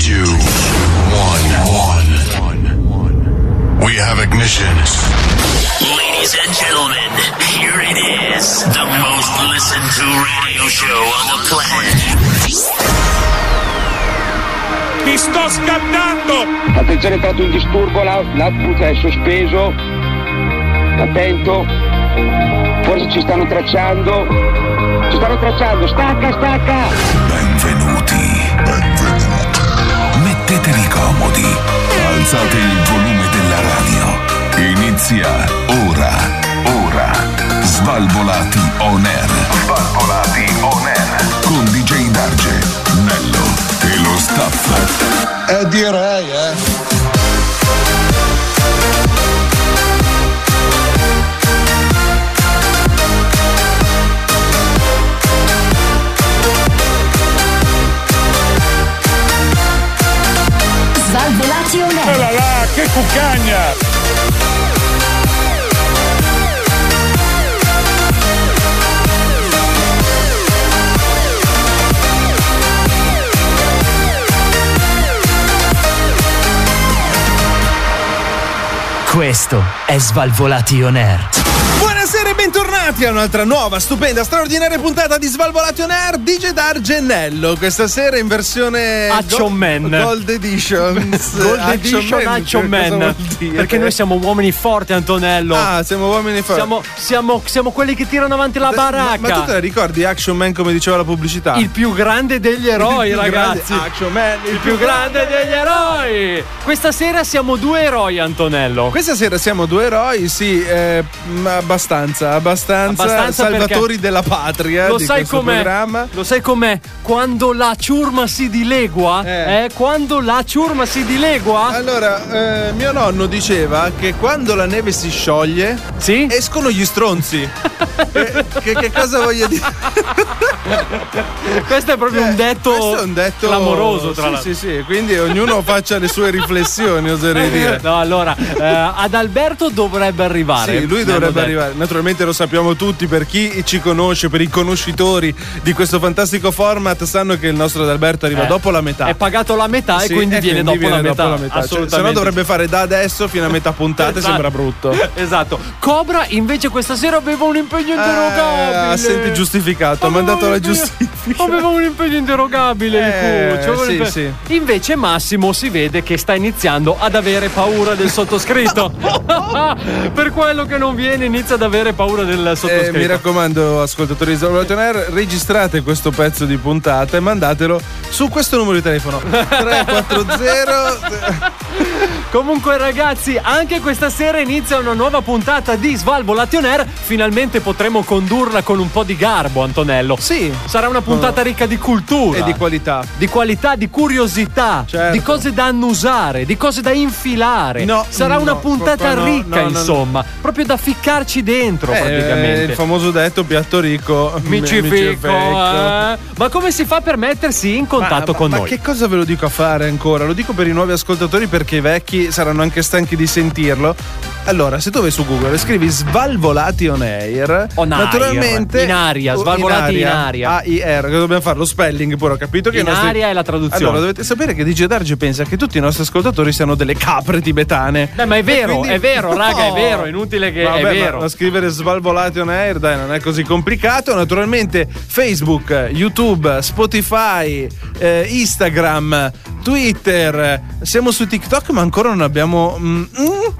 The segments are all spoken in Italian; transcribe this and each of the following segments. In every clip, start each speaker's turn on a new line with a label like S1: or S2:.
S1: two, one, one. We have ignition.
S2: Ladies and gentlemen, here it is, the most listened to radio show on the planet.
S3: Mi sto scattando!
S4: Attenzione, è stato un disturbo, l'out- l'output è sospeso. Attento. Forse ci stanno tracciando. Ci stanno tracciando, stacca, stacca!
S5: Benvenuti. Benvenuti. Mettetevi comodi. Alzate il volume della radio. Inizia ora. Ora. Svalvolati on air. Svalvolati on air. Con DJ Darge, Nello e lo staff.
S6: Eh direi, eh.
S7: Svalvolati on
S3: Oh là
S7: air.
S3: là, che cuccagna!
S8: Questo è Svalvolati On Air.
S9: Buonasera e bentornati a un'altra nuova, stupenda, straordinaria puntata di Svalvolati On Air DJ D'Argenello. Questa sera in versione
S10: Action
S9: Go-
S10: Man.
S9: Gold Edition.
S10: Gold Edition Action Man. Perché noi siamo uomini forti, Antonello.
S9: Ah, siamo uomini forti.
S10: Siamo, siamo- siamo quelli che tirano avanti la baracca.
S9: Ma, ma tu te la ricordi Action Man come diceva la pubblicità?
S10: Il più grande degli eroi,
S9: Il più grande
S10: ragazzi.
S9: Action Man,
S10: ah, Il più grande degli eroi. Questa sera siamo due eroi, Antonello.
S9: Questa sera siamo due eroi, sì, eh, ma abbastanza, abbastanza,
S10: Abbastanza
S9: salvatori
S10: perché-
S9: della patria
S10: Lo
S9: eh, di
S10: sai
S9: questo
S10: com'è?
S9: programma.
S10: Lo sai com'è? Quando la ciurma si dilegua,
S9: Eh.
S10: eh, quando la ciurma si dilegua,
S9: Allora, eh, mio nonno diceva che quando la neve si scioglie
S10: sì?
S9: escono gli stronzi. Eh, che, che cosa voglio dire?
S10: Questo è proprio un, detto
S9: Eh, Questo è un detto
S10: clamoroso, tra
S9: sì,
S10: l'altro.
S9: Sì, sì, quindi ognuno faccia le sue riflessioni, oserei dire.
S10: No, allora, eh, ad Alberto dovrebbe arrivare.
S9: Sì, lui
S10: Mi hanno
S9: dovrebbe
S10: detto.
S9: arrivare. Naturalmente lo sappiamo tutti, per chi ci conosce, per i conoscitori di questo fantastico format, sanno che il nostro Adalberto arriva
S10: Eh,
S9: dopo la metà.
S10: È pagato la metà
S9: Sì,
S10: e quindi
S9: e
S10: viene, dopo,
S9: viene
S10: la metà,
S9: Cioè,
S10: Assolutamente.
S9: se no dovrebbe fare da adesso fino a metà puntata, e
S10: Esatto.
S9: sembra brutto.
S10: Esatto. Cobra invece questa sera aveva un impegno
S9: Eh,
S10: interrogabile.
S9: ha sempre giustificato, ha
S10: Aveva
S9: mandato
S10: un
S9: la
S10: impegno-
S9: giustifica.
S10: Aveva un impegno interrogabile.
S9: Eh,
S10: il cuccio, aveva un
S9: sì,
S10: impegno- Invece Massimo si vede che sta iniziando ad avere paura del sottoscritto. per quello che non viene inizia ad avere paura del
S9: Eh,
S10: sottoscritto.
S9: mi raccomando, ascoltatori di Svalvolation Air, registrate questo pezzo di puntata e mandatelo su questo numero di telefono 340.
S10: Comunque ragazzi, anche questa sera inizia una nuova puntata di Svalvolation Air. Finalmente potremo condurla con un po' di garbo, Antonello.
S9: Sì.
S10: Sarà una puntata ricca di cultura.
S9: e di qualità.
S10: Di qualità, di curiosità,
S9: Certo.
S10: di cose da annusare, di cose da infilare.
S9: No,
S10: Sarà una
S9: no,
S10: puntata
S9: proprio no,
S10: ricca,
S9: no, no, no.
S10: insomma, proprio da ficcarci dentro
S9: Eh,
S10: praticamente.
S9: il famoso detto piatto ricco.
S10: mi ci ficco,
S9: ficco.
S10: eh. Ma come si fa per mettersi in contatto
S9: ma,
S10: con
S9: ma
S10: noi?
S9: che cosa ve lo dico a fare ancora? Lo dico per i nuovi ascoltatori perché i vecchi saranno anche stanchi di sentirlo. Allora, se tu vai su Google e scrivi Svalvolati on air,
S10: On air.
S9: naturalmente
S10: In aria,
S9: o-
S10: svalvolati in aria.
S9: AIR, che dobbiamo fare lo spelling pure, ho capito che
S10: In
S9: i nostri-
S10: aria è la traduzione.
S9: Allora, dovete sapere che DJ Darge pensa che tutti i nostri ascoltatori siano delle capre tibetane.
S10: Beh, ma è
S9: E
S10: vero, è vero, raga, è
S9: No.
S10: vero, è inutile che-
S9: Vabbè,
S10: è
S9: ma-
S10: vero.
S9: ma scrivere Svalvolati on air, dai, non è così complicato. Naturalmente Facebook, YouTube, Spotify, eh, Instagram, Twitter. Siamo su TikTok, ma ancora non abbiamo mm, mm,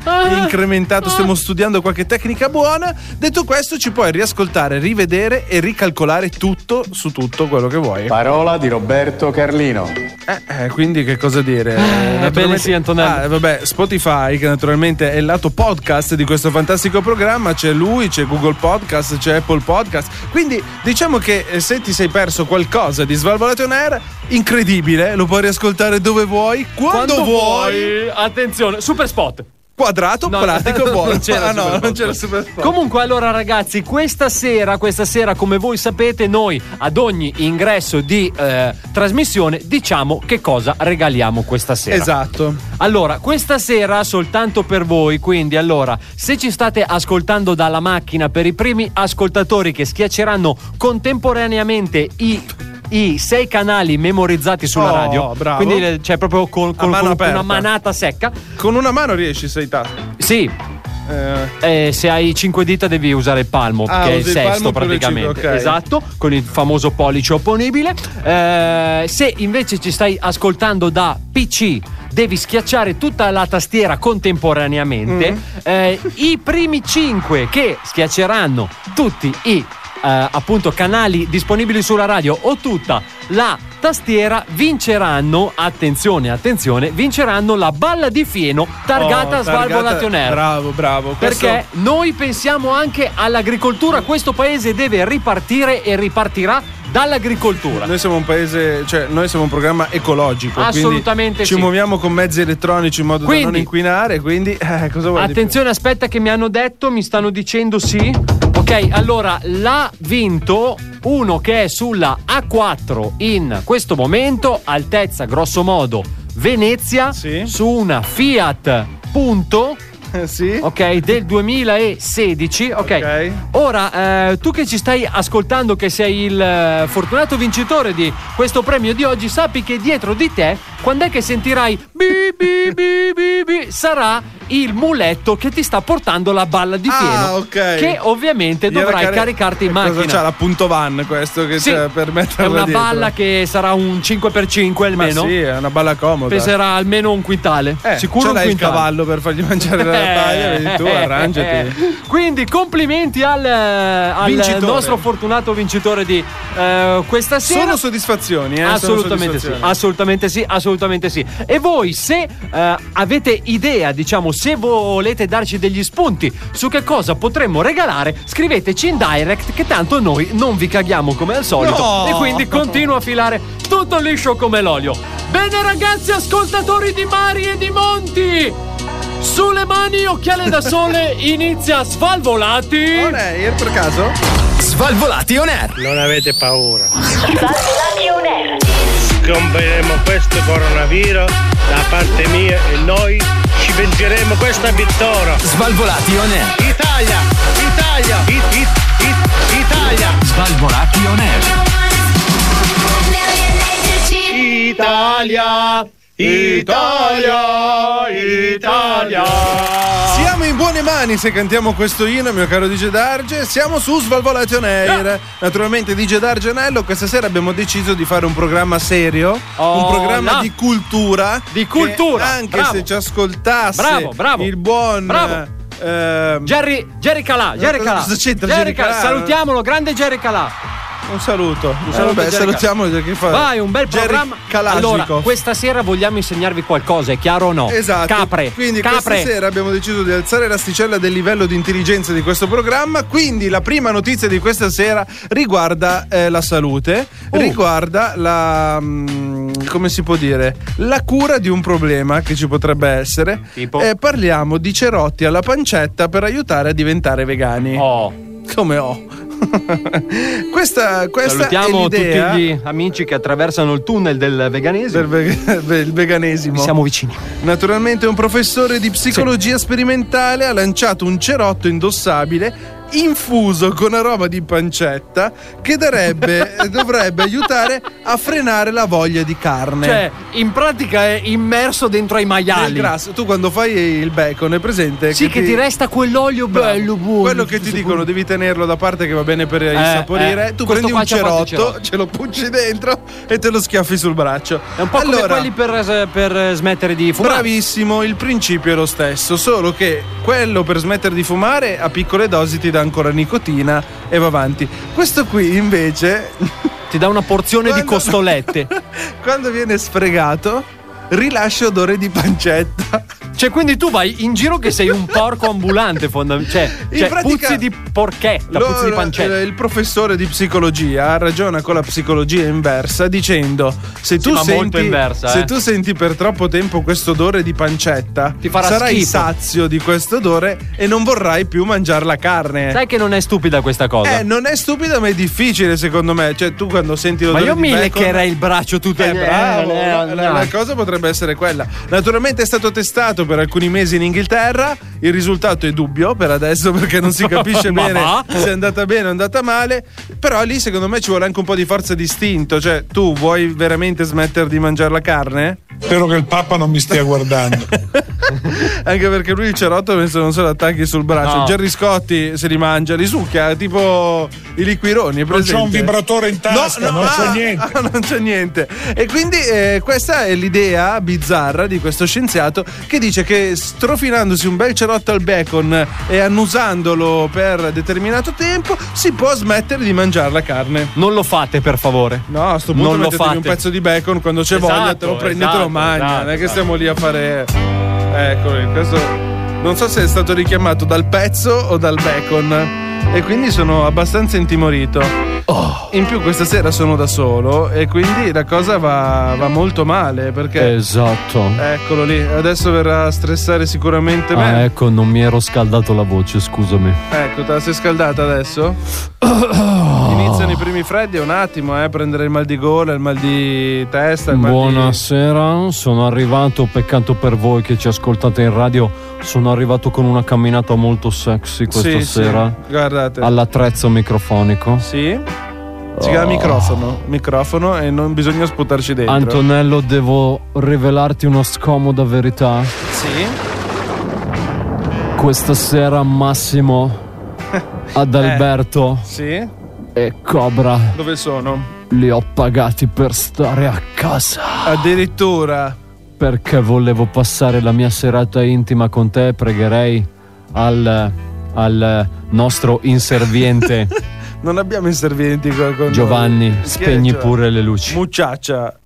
S10: Ah,
S9: incrementato. Stiamo studiando qualche tecnica buona. Detto questo, ci puoi riascoltare, rivedere e ricalcolare tutto su tutto quello che vuoi.
S11: Parola di Roberto Carlino.
S9: Eh, eh, quindi che cosa dire? Naturalmente-
S10: bene sì, Antonello.
S9: Ah, vabbè, Spotify, che naturalmente è il lato podcast di questo fantastico programma, c'è lui, c'è Google Podcast, c'è Apple Podcast. Quindi diciamo che eh, se ti sei perso qualcosa di Svalvolato on Air, incredibile, lo puoi riascoltare dove vuoi, quando, vuoi.
S10: Attenzione, super spot.
S9: Quadrato,
S10: No,
S9: pratico,
S10: non
S9: buono.
S10: c'era
S9: ah no,
S10: Superbox.
S9: non c'era super
S10: Comunque, allora, ragazzi, questa sera, questa sera, come voi sapete, noi ad ogni ingresso di eh, trasmissione diciamo che cosa regaliamo questa sera.
S9: Esatto.
S10: Allora, questa sera soltanto per voi, quindi allora, se ci state ascoltando dalla macchina per i primi ascoltatori che schiacceranno contemporaneamente i i sei canali memorizzati sulla
S9: Oh,
S10: radio.
S9: bravo.
S10: Quindi eh, cioè proprio col- col-
S9: mano
S10: con una
S9: aperta.
S10: manata secca.
S9: Con una mano riesci sei tasti.
S10: Sì,
S9: Eh,
S10: eh, se hai cinque dita devi usare il palmo,
S9: Ah,
S10: che è il
S9: usi il
S10: sesto
S9: palmo più le
S10: praticamente.
S9: cinque, ok.
S10: Esatto, con il famoso pollice opponibile. Eh, se invece ci stai ascoltando da PC, devi schiacciare tutta la tastiera contemporaneamente.
S9: Mm.
S10: Eh, I primi cinque che schiacceranno tutti i eh, appunto canali disponibili sulla radio o tutta la tastiera vinceranno attenzione attenzione vinceranno la balla di fieno targata
S9: oh,
S10: a Svalvo Lation Air.
S9: Bravo, bravo. Questo-
S10: Perché noi pensiamo anche all'agricoltura, questo paese deve ripartire e ripartirà dall'agricoltura.
S9: Noi siamo un paese, cioè noi siamo un programma ecologico.
S10: Assolutamente
S9: quindi
S10: sì.
S9: Ci muoviamo con mezzi elettronici in modo da non
S10: Quindi-
S9: inquinare, quindi eh, cosa vuoi? di più?
S10: Attenzione, aspetta che mi hanno detto, mi stanno dicendo sì. Ok, allora l'ha vinto uno che è sulla A4 in questo momento, altezza grosso modo Venezia,
S9: Sì.
S10: su una Fiat Punto.
S9: Eh, sì?
S10: Ok, del 2016. Ok.
S9: Ok.
S10: Ora, eh, tu che ci stai ascoltando, che sei il eh, fortunato vincitore di questo premio di oggi, sappi che dietro di te, quando è che sentirai bi, bi, bi, bi, bi, sarà il muletto che ti sta portando la balla di
S9: Ah,
S10: fieno.
S9: ok.
S10: Che ovviamente
S9: Gliela
S10: dovrai
S9: cari-
S10: caricarti in
S9: Cosa
S10: macchina.
S9: c'ha la punto van questo che
S10: Sì,
S9: c'è per
S10: è
S9: metterla
S10: una
S9: dietro?
S10: balla che sarà un 5x5
S9: Ma
S10: almeno.
S9: sì, è una balla comoda.
S10: Peserà almeno un quintale.
S9: Eh,
S10: Sicuro
S9: ce
S10: un
S9: l'hai il
S10: quintale.
S9: cavallo per fargli mangiare la paglia, vedi tu, arrangiati.
S10: Quindi complimenti al, eh, al
S9: Vincitore.
S10: nostro fortunato vincitore di eh, questa sera.
S9: Sono soddisfazioni, eh? sono
S10: Assolutamente sì,
S9: soddisfazioni.
S10: assolutamente sì, assolutamente sì. E voi se eh, avete idea, diciamo, se volete darci degli spunti su che cosa potremmo regalare, scriveteci in direct che tanto noi non vi caghiamo come al solito
S9: No!
S10: e quindi continua a filare tutto liscio come l'olio. Bene ragazzi, ascoltatori di mari e di monti, sulle mani occhiale da sole inizia Svalvolati.
S9: Non è Air per eh, caso?
S8: Svalvolati on air.
S6: Non avete paura. Scomperemo questo coronavirus da parte mia e noi ci vengeremo questa vittoria.
S8: Svalvolati on air.
S6: Italia! Italia! It, it, it, Italia!
S8: Svalvolati on air.
S10: Italia, Italia, Italia.
S9: Siamo in buone mani se cantiamo questo inno, mio caro DJ Darge. Siamo su Svalvolation Air. Naturalmente DJ Darge e Nello, questa sera abbiamo deciso di fare un programma serio,
S10: Oh,
S9: un programma
S10: là.
S9: di cultura.
S10: Di
S9: che
S10: cultura,
S9: Anche
S10: bravo.
S9: se ci ascoltasse
S10: Bravo, bravo.
S9: il buon
S10: Bravo.
S9: ehm,
S10: Jerry, Jerry Calà, Jerry
S9: cosa-
S10: Calà.
S9: Eh, cosa c'entra Jerry Calà?
S10: Salutiamolo, grande Jerry Calà.
S9: un saluto. Un
S10: saluto,
S9: vabbè,
S10: Jerry
S9: salutiamolo perché fa.
S10: Vai, un bel
S9: Jerry
S10: programma.
S9: Kalashnikov.
S10: Allora, questa sera vogliamo insegnarvi qualcosa, è chiaro o no?
S9: Esatto.
S10: Capre.
S9: Quindi
S10: capre.
S9: questa sera abbiamo deciso di alzare l'asticella del livello di intelligenza di questo programma. Quindi la prima notizia di questa sera riguarda eh, la salute,
S10: Oh.
S9: riguarda la. mm, come si può dire? La cura di un problema che ci potrebbe essere.
S10: Tipo?
S9: Eh, parliamo di cerotti alla pancetta per aiutare a diventare vegani.
S10: Oh,
S9: Come ho. questa, questa è
S10: salutiamo tutti
S9: l'idea
S10: gli amici che attraversano il tunnel del veganesimo.
S9: del veg- del veganesimo.
S10: Vi siamo vicini.
S9: Naturalmente un professore di psicologia sperimentale ha lanciato un cerotto indossabile infuso con aroma di pancetta che darebbe, eh, dovrebbe aiutare a frenare la voglia di carne.
S10: Cioè, in pratica è immerso dentro ai
S9: Nel
S10: maiali.
S9: grasso, tu quando fai il bacon è presente?
S10: Sì, che ti resta quell'olio
S9: Bravo.
S10: bello buono.
S9: Quello che ti dicono devi tenerlo da parte che va bene per insaporire.
S10: eh.
S9: Tu
S10: Questo
S9: prendi
S10: qua
S9: un
S10: ci ha fatto il
S9: cerotto,
S10: cerotto.
S9: ce lo puggi dentro e te lo schiaffi sul braccio.
S10: È un po' come quelli per, per smettere di fumare.
S9: Bravissimo, il principio è lo stesso, solo che quello per smettere di fumare a piccole dosi ti dà ancora nicotina e va avanti. Questo qui invece...
S10: Ti dà una porzione di
S9: quando-
S10: costolette.
S9: quando viene sfregato, rilascia odore di pancetta.
S10: Cioè, quindi tu vai in giro che sei un porco ambulante, fondamentalmente. Cioè,
S9: In
S10: cioè
S9: pratica-
S10: puzzi di porchetta,
S9: Lo-
S10: puzzi di
S9: lo-
S10: pancetta.
S9: eh, il professore di psicologia ragiona con la psicologia inversa dicendo se, tu,
S10: ma molto
S9: senti,
S10: inversa,
S9: se
S10: eh.
S9: tu senti per troppo tempo questo odore di pancetta
S10: Ti farà
S9: sarai
S10: schifo."
S9: sazio di questo odore e non vorrai più mangiare la carne.
S10: Sai che non è stupida questa cosa?
S9: Eh, non è stupida, ma è difficile, secondo me. Cioè, tu quando senti
S10: Ma
S9: l'odore
S10: io
S9: di
S10: mi
S9: bacon-
S10: leccherei il braccio tutto
S9: Eh, bravo,
S10: Eh,
S9: la, la
S10: no.
S9: cosa potrebbe essere quella. Naturalmente è stato testato per per alcuni mesi in Inghilterra. Il risultato è dubbio per adesso perché non si capisce
S10: Ma
S9: bene
S10: va?
S9: se è andata bene o è andata male. Però lì secondo me ci vuole anche un po' di forza di istinto. Cioè, tu vuoi veramente smettere di mangiare la carne?
S3: Spero che il Papa non mi stia guardando.
S9: Anche perché lui il cerotto penso non se lo attacchi sul braccio.
S10: No.
S9: Gerry Scotti se li mangia, li succhia, tipo i liquironi. è
S3: Non c'ho un
S9: presente?
S3: vibratore in tasca, non c'ho niente.
S9: ah, non c'è niente. E quindi eh, questa è l'idea bizzarra di questo scienziato che dice che strofinandosi un bel cerotto al bacon e annusandolo per determinato tempo si può smettere di mangiare la carne.
S10: Non lo fate, per favore.
S9: No, a sto punto
S10: Non lo
S9: mettetevi
S10: fate.
S9: un pezzo di bacon quando c'è
S10: Esatto,
S9: voglia, te lo prendi e te lo
S10: esatto,
S9: mangi.
S10: esatto,
S9: non è che
S10: esatto.
S9: stiamo lì a fare. Eccolo, questo. Non so se è stato richiamato dal pezzo o dal bacon. E quindi sono abbastanza intimorito.
S10: Oh.
S9: In più questa sera sono da solo e quindi la cosa va, va molto male perché...
S10: Esatto.
S9: Eccolo lì, adesso verrà a stressare sicuramente
S10: Ah,
S9: Eh, me.
S10: ecco, non mi ero scaldato la voce, scusami.
S9: Ecco, te la sei scaldata adesso?
S10: Oh.
S9: Iniziano i primi freddi, è un attimo, eh, prendere il mal di gola, il mal di testa, il mal di...
S10: Buonasera, sono arrivato, peccato per voi che ci ascoltate in radio, sono arrivato con una camminata molto sexy questa
S9: Sì,
S10: sera
S9: sì, guardate.
S10: all'attrezzo microfonico.
S9: Sì. Si
S10: Oh.
S9: chiama microfono, microfono e non bisogna sputarci dentro.
S10: Antonello, devo rivelarti una scomoda verità.
S9: Sì.
S10: Questa sera Massimo,
S9: Eh.
S10: Adalberto
S9: Sì.
S10: e Cobra
S9: Dove sono?
S10: li ho pagati per stare a casa.
S9: Addirittura.
S10: Perché volevo passare la mia serata intima con te, pregherei al, al nostro inserviente
S9: Non abbiamo inservienti qua con noi. Chi
S10: Giovanni.
S9: è
S10: Spegni
S9: Giovanni?
S10: pure le luci.
S9: Mucciaccia.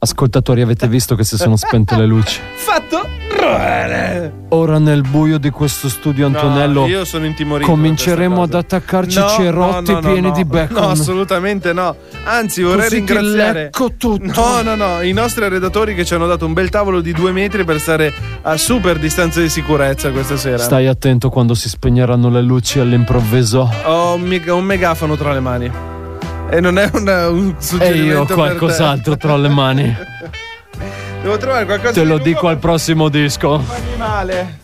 S10: Ascoltatori, avete visto che si sono spente le luci?
S9: Fatto. No,
S10: Ora nel buio di questo studio, Antonello,
S9: io sono intimorito.
S10: cominceremo
S9: da
S10: ad
S9: questa cosa.
S10: attaccarci
S9: No,
S10: cerotti
S9: no, no, no,
S10: pieni
S9: no.
S10: di bacon.
S9: No, assolutamente no. Anzi, vorrei
S10: Così ti
S9: ringraziare.
S10: lecco tutto.
S9: No, no, no. I nostri redattori che ci hanno dato un bel tavolo di due metri per stare a super distanza di sicurezza questa sera.
S10: Stai attento quando si spegneranno le luci all'improvviso.
S9: Ho un, mega- un megafono tra le mani. E non è un, eh, un
S10: E
S9: suggerimento.
S10: io ho
S9: per
S10: qualcos'altro tra le mani.
S9: te. Devo trovare qualcosa
S10: Te
S9: di
S10: lo
S9: nuovo
S10: dico al
S9: per
S10: prossimo disco.
S9: farmi male.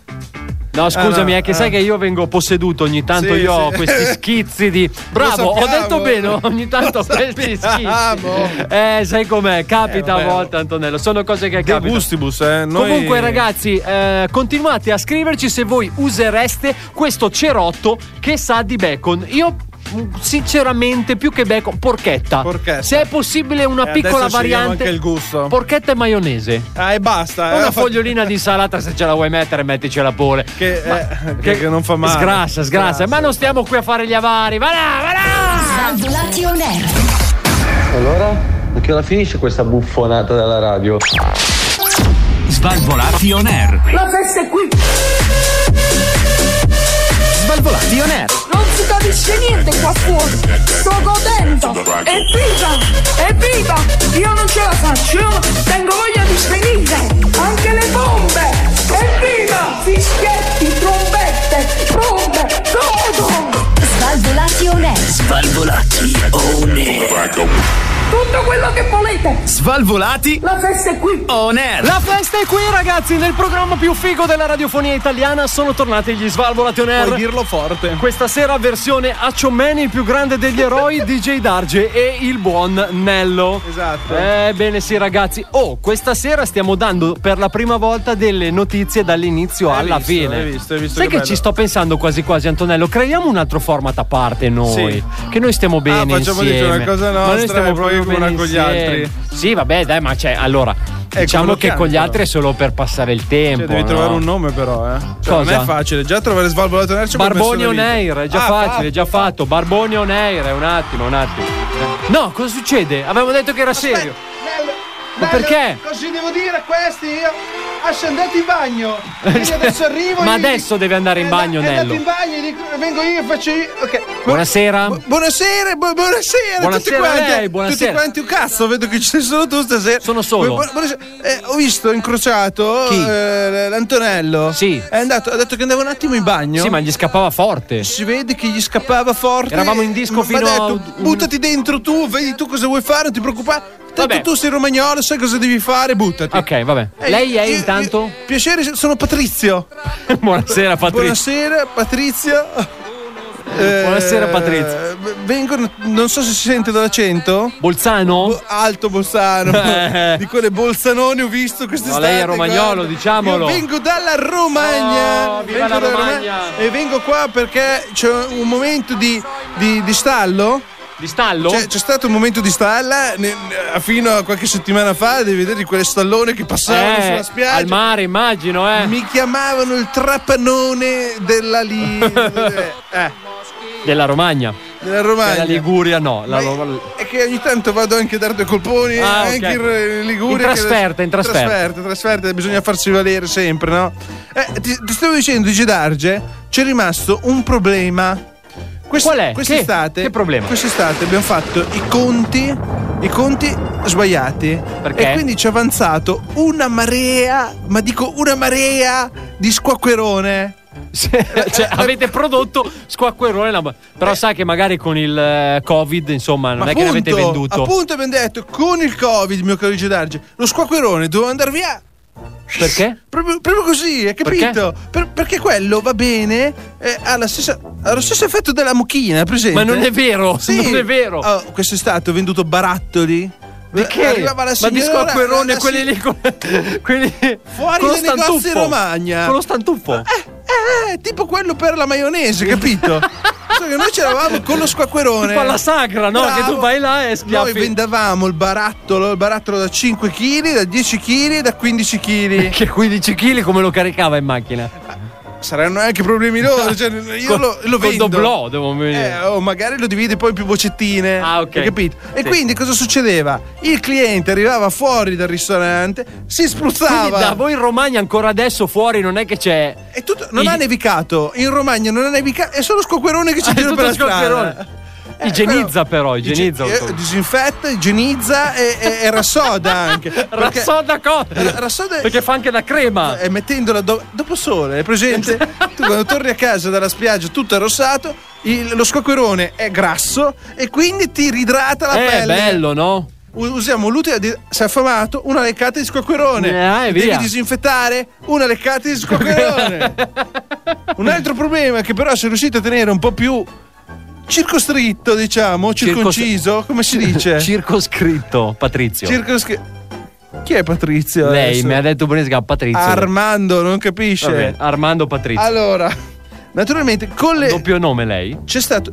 S10: No, scusami,
S9: no,
S10: è che
S9: eh.
S10: sai che io vengo posseduto ogni tanto.
S9: Sì,
S10: io ho
S9: sì.
S10: questi schizzi di. Bravo, ho
S9: sappiamo.
S10: detto bene. Ogni tanto
S9: Lo
S10: ho questi
S9: sappiamo.
S10: schizzi. Eh, sai com'è? Capita
S9: Eh, vabbè.
S10: a volte, Antonello. Sono cose che
S9: De
S10: capitano.
S9: gustibus, eh. Noi-
S10: Comunque, ragazzi, eh, continuate a scriverci se voi usereste questo cerotto che sa di bacon. Io. mh, Sinceramente, più che bacon, porchetta.
S9: Porchetta.
S10: Se è possibile, una
S9: E
S10: piccola
S9: adesso ci diamo
S10: variante.
S9: anche il gusto.
S10: Porchetta e maionese.
S9: Ah, e basta. eh,
S10: Una
S9: ho fatto-
S10: fogliolina di salata, se ce la vuoi mettere, metticela pure.
S9: Che,
S10: Ma-
S9: eh, che- che non fa male.
S10: Sgrassa, sgrassa.
S9: Sgrassa.
S10: Ma non stiamo qui a fare gli avari. Va là, va là!
S7: Svalvolati on air.
S6: Allora, a che ora finisce questa buffonata della radio?
S8: Svalvolati on air.
S7: La festa è qui,
S8: Svalvolati on air.
S7: non si capisce niente qua fuori. Sto godendo. Evviva! Evviva! Io non ce la faccio, io tengo voglia di svenire. Anche le bombe! Evviva! Fischietti, trombette, trombe, godo! Svalvolati on air.
S2: Svalvolati on air.
S7: Tutto quello che volete.
S8: Svalvolati
S7: La festa è qui.
S12: Oh.
S8: on air.
S10: La festa è qui, ragazzi. Nel programma più figo della radiofonia italiana sono tornati gli Svalvolati on air.
S9: Puoi dirlo forte.
S10: Questa sera versione Accio Man, il più grande degli eroi, DJ Darge e il buon Nello.
S9: Esatto.
S10: Ebbene sì ragazzi, oh questa sera stiamo dando per la prima volta delle notizie dall'inizio
S9: Hai
S10: alla
S9: visto,
S10: fine.
S9: hai visto, hai visto
S10: Sai
S9: che
S10: che,
S9: bello.
S10: ci sto pensando quasi quasi Antonello, creiamo un altro format a parte noi,
S9: Sì. Ah,
S10: che noi stiamo bene
S9: facciamo
S10: insieme.
S9: dice una cosa
S10: Ma noi
S9: nostra
S10: stiamo
S9: e poi
S10: proprio
S9: una
S10: bene
S9: con gli
S10: insieme.
S9: altri.
S10: Sì vabbè dai ma c'è, allora
S9: come
S10: diciamo
S9: lo
S10: che con gli
S9: chiamano?
S10: altri è solo per passare il tempo.
S9: Cioè, devi
S10: no?
S9: trovare un nome, però, eh. Cioè, non
S10: Cosa?
S9: è facile. Già trovare svalvolato in air ci vuole
S10: Barboni
S9: messo
S10: on
S9: una vita.
S10: air, è già
S9: Ah,
S10: facile, è già
S9: fatto.
S10: fatto. Barboni on air, un attimo, un attimo. No, cosa succede? Avevamo detto che era serio.
S9: Bello,
S10: Ma
S9: bello,
S10: perché?
S9: Così devo dire a questi io. Ascendete in bagno. Quindi adesso arrivo.
S10: Ma
S9: gli dico- eh,
S10: adesso deve andare in
S9: È
S10: bagno,
S9: and- È andato
S10: Nello.
S9: in bagno, gli dico, vengo io e faccio io. Ok.
S10: Buonasera.
S9: Buonasera, bu- buonasera,
S10: Buonasera
S9: tutti quanti.
S10: a lei, buonasera.
S9: Tutti quanti un cazzo, vedo che ci sei solo tu stasera. Sono
S10: solo.
S9: Eh, ho visto incrociato eh, l'Antonello. Sì. È andato, ha detto che andava un attimo in bagno.
S10: Sì, ma gli scappava forte.
S9: Si vede che gli scappava forte.
S10: Eravamo in disco
S9: Ma
S10: fino
S9: ha
S10: a
S9: detto,
S10: un-
S9: buttati dentro tu, vedi tu cosa vuoi fare, non ti preoccupare. Tanto
S10: Vabbè.
S9: tu sei romagnolo, sai cosa devi fare, buttati.
S10: Ok, vabbè.
S9: Eh,
S10: Lei è
S9: io-
S10: intanto.
S9: io- piacere, sono Patrizio.
S10: Buonasera, Patrizio.
S9: Buonasera Patrizia.
S10: Buonasera, Patrizia.
S9: Eh, Vengo, non so se si sente dall'accento.
S10: Bolzano?
S9: alto Bolzano. Di quelle Bolzanoni ho visto quest'estate.
S10: Ma lei è romagnolo,
S9: guarda.
S10: diciamolo.
S9: Io vengo dalla Romagna.
S10: Oh, viva
S9: Vengo
S10: la
S9: dalla
S10: Romagna.
S9: E vengo qua perché c'è un momento di, di- di stallo. Cioè,
S10: Di stallo?
S9: C'è, c'è stato un momento di stalla ne- ne- fino a qualche settimana fa, devi vedere di quelle stallone che passavano
S10: Eh,
S9: sulla spiaggia.
S10: al mare, immagino, eh.
S9: Mi chiamavano il trapanone della lì. eh,
S10: Della Romagna.
S9: della Romagna.
S10: Della Liguria, no. La
S9: Ma-
S10: Roma-
S9: È che ogni tanto vado anche a dare due colponi,
S10: Ah, ok.
S9: anche in Liguria.
S10: In
S9: che-
S10: trasferta, in trasferta.
S9: trasferta. trasferta, bisogna farsi valere sempre, no? Eh, ti, ti stavo dicendo, di Gedarge, c'è rimasto un problema. Quest-
S10: Qual è?
S9: Quest'estate,
S10: Che- che problema?
S9: Quest'estate abbiamo fatto i conti, i conti sbagliati.
S10: Perché?
S9: E quindi ci è avanzato una marea, ma dico una marea di squacquerone.
S10: Cioè, avete prodotto squacquerone. la- Però sa che magari con il eh, Covid, insomma, non
S9: Eh. Ma
S10: è che ne avete
S9: appunto,
S10: venduto.
S9: Appunto abbiamo detto con il Covid, mio caro Gedarge, lo squacquerone doveva andare via
S10: Perché?
S9: Proprio, proprio così, hai capito? Per- Perché? quello va bene, eh, ha, la stessa- ha lo stesso effetto della mucchina, è presente?
S10: Ma non è vero, non è vero.
S9: Oh, quest'estate ho venduto barattoli.
S10: Di che?
S9: Arrivava la
S10: Ma di
S9: signora,
S10: squacquerone,
S9: la
S10: quelli
S9: si-
S10: lì. Con, quelli
S9: Fuori
S10: con lo
S9: dai negozi in
S10: stantuffo.
S9: Romagna.
S10: Con lo stantuffo.
S9: Eh, eh, tipo quello per la maionese, capito? so che noi c'eravamo con lo squacquerone.
S10: Tipo alla sagra, no?
S9: Bravo.
S10: Che tu vai là e schiaffi.
S9: Noi vendavamo il barattolo, il barattolo da 5 kg, da 10 kg, da 15 kg.
S10: Che 15 kg come lo caricava in macchina?
S9: Saranno anche problemi loro. Cioè, io
S10: Con-
S9: lo, lo
S10: col
S9: vendo.
S10: doblò, devo dire.
S9: Eh, o magari lo dividi poi in più boccettine.
S10: Ah, ok.
S9: Hai capito? E
S10: Sì.
S9: quindi cosa succedeva? Il cliente arrivava fuori dal ristorante, si
S10: Quindi
S9: spruzzava.
S10: da voi in Romagna ancora adesso fuori non è che c'è.
S9: E tutto, non
S10: I-
S9: ha nevicato. In Romagna non ha nevicato. È solo squacquerone che ci
S10: Ah, è
S9: gira
S10: tutto
S9: per la
S10: squacquerone.
S9: strada. Eh,
S10: Igienizza però,
S9: ige-
S10: igienizza.
S9: eh, disinfetta, igienizza e, e, e rassoda anche. Perché-
S10: Rassoda cosa?
S9: Ra- rassoda-
S10: Perché fa anche la crema.
S9: e mettendola do- dopo sole, è presente? tu quando torni a casa dalla spiaggia tutto arrossato, il- lo squacquerone è grasso e quindi ti ridrata la
S10: Eh,
S9: pelle.
S10: bello, no?
S9: U- Usiamo l'utile di si è affamato, una leccata di squacquerone.
S10: Eh, e
S9: Devi
S10: via.
S9: disinfettare una leccata di squacquerone. un altro problema è che però se riuscite a tenere un po' più circostritto, diciamo,
S10: Circos-
S9: circonciso, come si dice?
S10: Circoscritto, Patrizio.
S9: Circoscritto. Chi è Patrizio?
S10: Lei
S9: adesso? cioè,
S10: mi ha detto Bonesca Patrizio.
S9: Armando,
S10: Va
S9: non
S10: bene,
S9: capisce.
S10: Armando Patrizio.
S9: Allora, naturalmente con le
S10: Doppio nome lei?
S9: c'è stato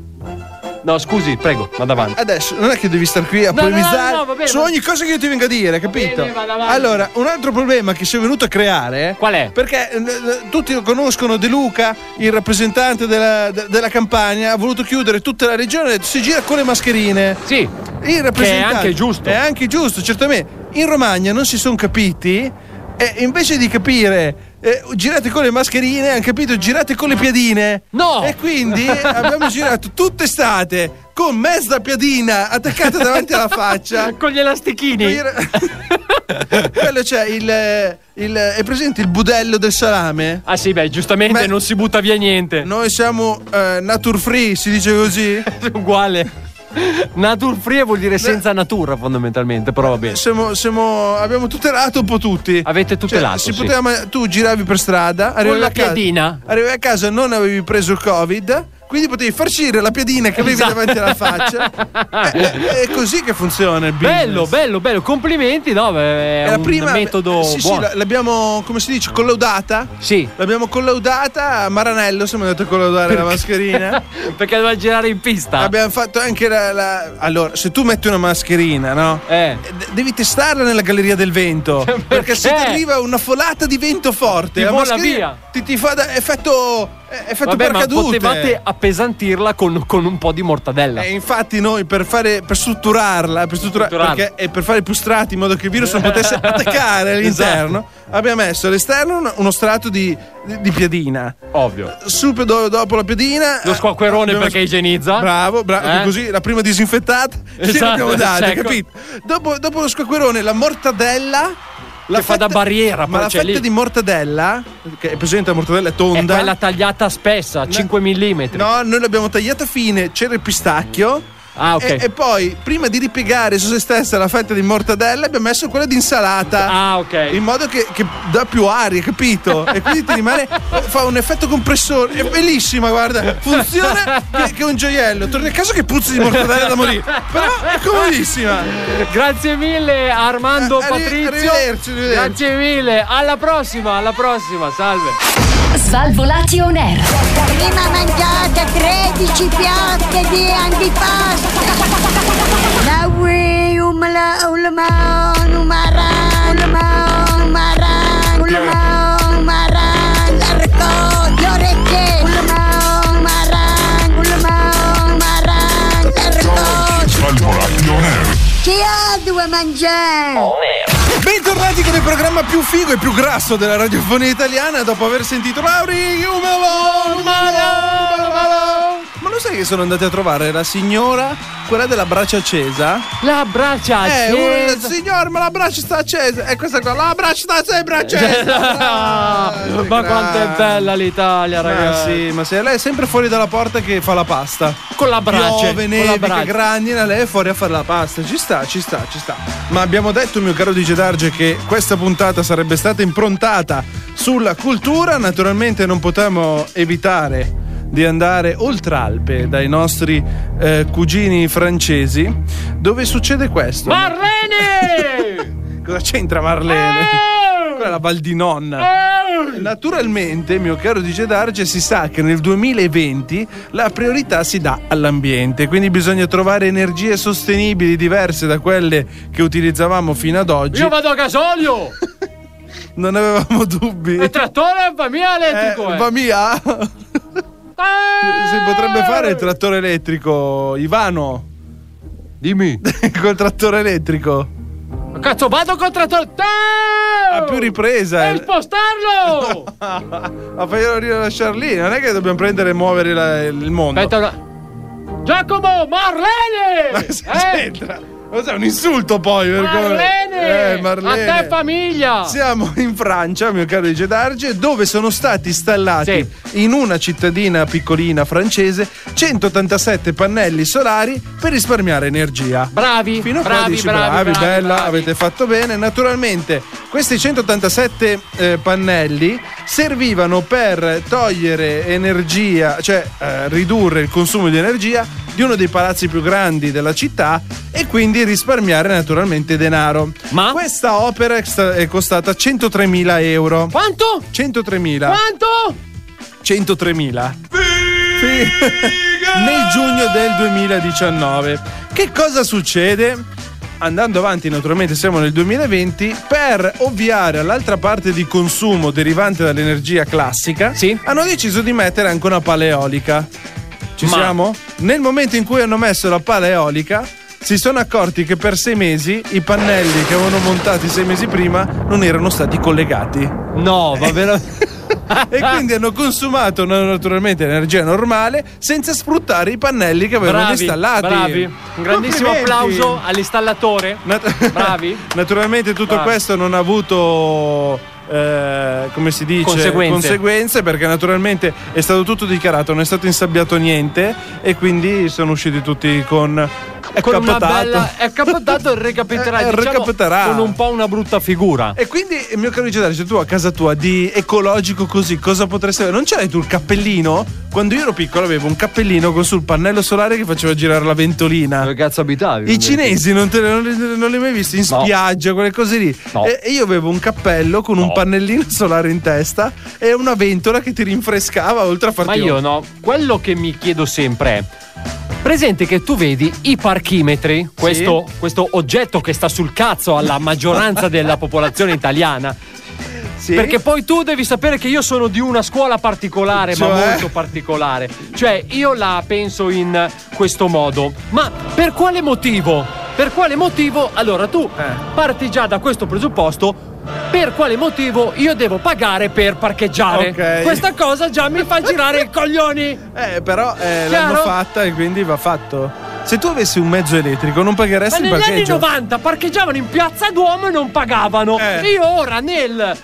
S10: No, scusi, prego, vada avanti.
S9: adesso non è che devi stare qui a
S10: No, no,
S9: polemizzare
S10: no, no, va bene,
S9: su
S10: va-
S9: ogni cosa che io ti venga a dire, capito?
S10: bene, vada avanti.
S9: allora, un altro problema che si è venuto a creare
S10: Qual è?
S9: Perché eh, eh, tutti lo conoscono De Luca, il rappresentante della, de- della Campania, ha voluto chiudere tutta la regione e ha detto, si gira con le mascherine.
S10: Sì.
S9: Il rappresentante
S10: Che è anche giusto.
S9: È anche giusto, certamente. In Romagna non si sono capiti e invece di capire eh, girate con le mascherine, hanno capito girate con le piadine.
S10: No!
S9: E quindi abbiamo girato tutta estate con mezza piadina attaccata davanti alla faccia.
S10: Con gli elastichini.
S9: Quello c'è il, il- è presente il budello del salame?
S10: Ah sì, beh, giustamente
S9: Beh-
S10: non si butta via niente.
S9: Noi siamo eh, nature free, si dice così?
S10: Uguale. Natur free vuol dire senza natura fondamentalmente, però va bene.
S9: Siamo- siamo- abbiamo tutelato un po' tutti.
S10: Avete tutelato,
S9: Cioè, si
S10: sì.
S9: poteva ma- tu giravi per strada, arrivavi
S10: la
S9: a casa-
S10: piadina.
S9: Arrivavi a casa, non avevi preso il Covid. Quindi potevi farcire la piadina che avevi
S10: Esatto. Ah.
S9: davanti alla faccia. Eh, eh, è così che funziona il business.
S10: Bello, bello, bello, complimenti, no? È,
S9: È la
S10: un
S9: prima- eh,
S10: metodo
S9: sì, sì,
S10: buono.
S9: la- l'abbiamo, come si dice, collaudata.
S10: Sì.
S9: L'abbiamo collaudata a Maranello, siamo andati a collaudare la mascherina.
S10: Perché doveva girare in pista.
S9: Abbiamo fatto anche la, la- Allora, se tu metti una mascherina, no?
S10: Eh.
S9: D- Devi testarla nella galleria del vento.
S10: Perché?
S9: Perché se ti arriva una folata di vento forte,
S10: Ti
S9: la
S10: vola
S9: mascherina
S10: via.
S9: Ti, ti fa da effetto è fatto
S10: Vabbè, ma
S9: paracadute.
S10: potevate appesantirla con, con un po' di mortadella.
S9: E infatti noi per fare per strutturarla, per struttura-
S10: Strutturarla.
S9: perché- e per fare più strati in modo che il virus non potesse
S10: Esatto.
S9: attaccare all'interno, abbiamo messo all'esterno un- uno strato di, di- di piadina.
S10: Ovvio.
S9: Super do- dopo la piadina.
S10: Lo squacquerone
S9: eh, abbiamo
S10: perché
S9: messo-
S10: igienizza.
S9: Bravo, bravo.
S10: Eh?
S9: Così la prima disinfettata ce
S10: Esatto,
S9: l'abbiamo data,
S10: ecco.
S9: capito? Dopo, dopo lo squacquerone, la mortadella. La
S10: Che fa da barriera,
S9: ma
S10: poi
S9: la
S10: c'è
S9: fetta
S10: lì.
S9: di mortadella, che è presente la mortadella è
S10: È
S9: tonda.
S10: quella tagliata spessa, 5 mm.
S9: No, noi l'abbiamo tagliata fine, c'era il pistacchio.
S10: Ah, ok.
S9: E, e poi, prima di ripiegare su se stessa la fetta di mortadella, abbiamo messo quella di insalata.
S10: Ah, ok.
S9: In modo che, che dà più aria, capito? E quindi ti rimane. fa un effetto compressore. È bellissima, guarda. Funziona che, che è un gioiello. Torni a casa che puzza di mortadella da morire. Però è comodissima.
S10: Grazie mille Armando
S9: Eh, arri-
S10: Patrizio.
S9: arrivederci, arrivederci.
S10: Grazie mille. Alla prossima, alla prossima. Salve.
S12: Svalvolati on air. Prima mangiate 13 piatte di antipasto. La ui, umla, ulma, umara, ulma, umara, ulma, umara, l'arco, le orecchie, ulma, umara, ulma, umara, l'arco.
S1: Svalvolati on air.
S12: Chi ha due mangiare?
S9: Bentornati con il programma più figo e più grasso della radiofonia italiana dopo aver sentito Lauri Umelon Ma lo sai che sono andati a trovare la signora, quella della braccia accesa?
S10: La braccia
S9: Eh, uno
S10: accesa.
S9: del signore, ma la braccia sta accesa. E questa qua, la braccia sta sempre accesa.
S10: Ma quanto è bella l'Italia,
S9: Ma
S10: ragazzi.
S9: sì, ma se lei è sempre fuori dalla porta che fa la pasta.
S10: Con la braccia,
S9: Piove,
S10: con la
S9: nevica,
S10: braccia.
S9: grandina, lei è fuori a fare la pasta. Ci sta, ci sta, ci sta. Ma abbiamo detto, mio caro DJ Darge, che questa puntata sarebbe stata improntata sulla cultura. Naturalmente non potremmo evitare di andare oltre Alpe dai nostri eh, cugini francesi, dove succede questo.
S10: Marlene! Eh!
S9: Cosa c'entra Marlene? Quella è la Val di Nonna. Naturalmente, mio caro DJ Darge, si sa che nel 2020 la priorità si dà all'ambiente, quindi bisogna trovare energie sostenibili diverse da quelle che utilizzavamo fino ad oggi.
S10: Io vado a gasolio!
S9: Non avevamo dubbi.
S10: Il trattore va via
S9: Eh,
S10: elettrico! eh.
S9: va mia! si potrebbe fare
S10: Eh.
S9: il trattore elettrico, Ivano. Dimmi. Col trattore elettrico.
S10: Ma Cazzo, vado col trattore!
S9: A più ripresa. eh.
S10: Devi spostarlo!
S9: Ma fai rilasciare lì, non è che dobbiamo prendere e muovere la- il mondo.
S10: Aspetta una... Giacomo Marlene! Eh,
S9: Ma cosa c'entra? Cos'è un insulto poi? per come-
S10: Marlene!
S9: Eh, Marlene.
S10: A te famiglia!
S9: Siamo in Francia, mio caro Dice Darge, dove sono stati installati in una cittadina piccolina francese 187 pannelli solari per risparmiare energia.
S10: Bravi,
S9: Fino a qua
S10: bravi,
S9: dici,
S10: bravi, bravi,
S9: bella,
S10: bravi.
S9: avete fatto bene. Naturalmente, questi 187 eh, pannelli servivano per togliere energia, cioè eh, ridurre il consumo di energia di uno dei palazzi più grandi della città e quindi risparmiare naturalmente denaro.
S10: Ma?
S9: questa opera è sta- è costata 103.000 euro.
S10: Quanto?
S9: 103.000.
S10: Quanto?
S9: 103.000 nel giugno del 2019. Che cosa succede? Andando avanti, naturalmente siamo nel 2020, per ovviare all'altra parte di consumo derivante dall'energia classica,
S10: Sì.
S9: hanno deciso di mettere anche una pala eolica. Ci
S10: Ma-
S9: siamo? Nel momento in cui hanno messo la pala eolica, si sono accorti che per sei mesi i pannelli che avevano montati sei mesi prima non erano stati collegati.
S10: No, va
S9: Eh,
S10: bene.
S9: e quindi hanno consumato naturalmente energia normale senza sfruttare i pannelli che avevano
S10: bravi,
S9: installati.
S10: bravi. Un grandissimo
S9: Complimenti.
S10: applauso all'installatore.
S9: Nat-
S10: Bravi.
S9: Naturalmente tutto
S10: Bravi.
S9: questo non ha avuto eh, come si dice
S10: Conseguenze.
S9: conseguenze, perché naturalmente è stato tutto dichiarato, non è stato insabbiato niente e quindi sono usciti tutti con è
S10: Con una bella- è capotato e recapiterà,
S9: Eh, eh,
S10: diciamo,
S9: recapiterà.
S10: con un po' una brutta figura.
S9: E quindi, mio caro Giordano, se tu a casa tua di ecologico così, cosa potresti avere? Non c'hai tu il cappellino? Quando io ero piccolo avevo un cappellino con sul pannello solare che faceva girare la ventolina.
S10: cazzo abitavi?
S9: I cinesi non, te, non, li- non li hai mai visti in
S10: No.
S9: spiaggia, quelle cose lì.
S10: No.
S9: E, e io avevo un cappello con un
S10: No.
S9: pannellino solare in testa e una ventola che ti rinfrescava oltre a
S10: Ma
S9: farti.
S10: io no, quello che mi chiedo sempre è. Presente che tu vedi i parchimetri, questo, questo oggetto che sta sul cazzo alla maggioranza della popolazione italiana. Perché poi tu devi sapere che io sono di una scuola particolare, ma
S13: Cioè?
S10: molto particolare. Cioè, io la penso in questo modo. Ma per quale motivo? Per quale motivo? Allora, tu parti già da questo presupposto. Per quale motivo io devo pagare per parcheggiare?
S9: Ok.
S10: Questa cosa già mi fa girare i coglioni.
S9: Eh, però Eh,
S10: Chiaro?
S9: l'hanno fatta e quindi va fatto. Se tu avessi un mezzo elettrico non
S10: Ma
S9: pagheresti il
S10: negli anni
S9: parcheggio.
S10: 90 parcheggiavano in piazza Duomo e non pagavano.
S9: Eh.
S10: Io ora nel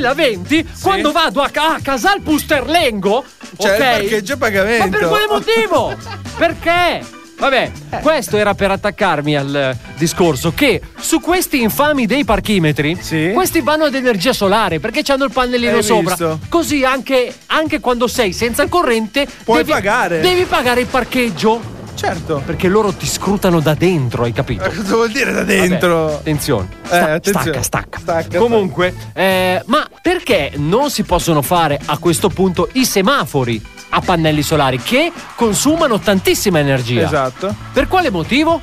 S10: 2020, quando vado a, ca- a Casal Pusterlengo,
S9: C'è il
S10: ok?
S9: parcheggio a pagamento.
S10: Ma per quale motivo? Perché? Vabbè,
S9: Eh.
S10: questo era per attaccarmi al eh, discorso che su questi infami dei parchimetri, questi vanno ad energia solare perché hanno il pannellino
S9: Hai
S10: sopra.
S9: visto?
S10: Così anche, anche quando sei senza corrente,
S9: Puoi
S10: devi,
S9: pagare.
S10: Devi pagare il parcheggio.
S9: Certo.
S10: Perché loro ti scrutano da dentro, hai capito?
S9: Cosa vuol dire da dentro?
S10: Vabbè, attenzione.
S9: Eh,
S10: Sta- Stacca, stacca. Comunque, eh, ma perché non si possono fare a questo punto i semafori a pannelli solari che consumano tantissima energia?
S9: Esatto.
S10: Per quale motivo?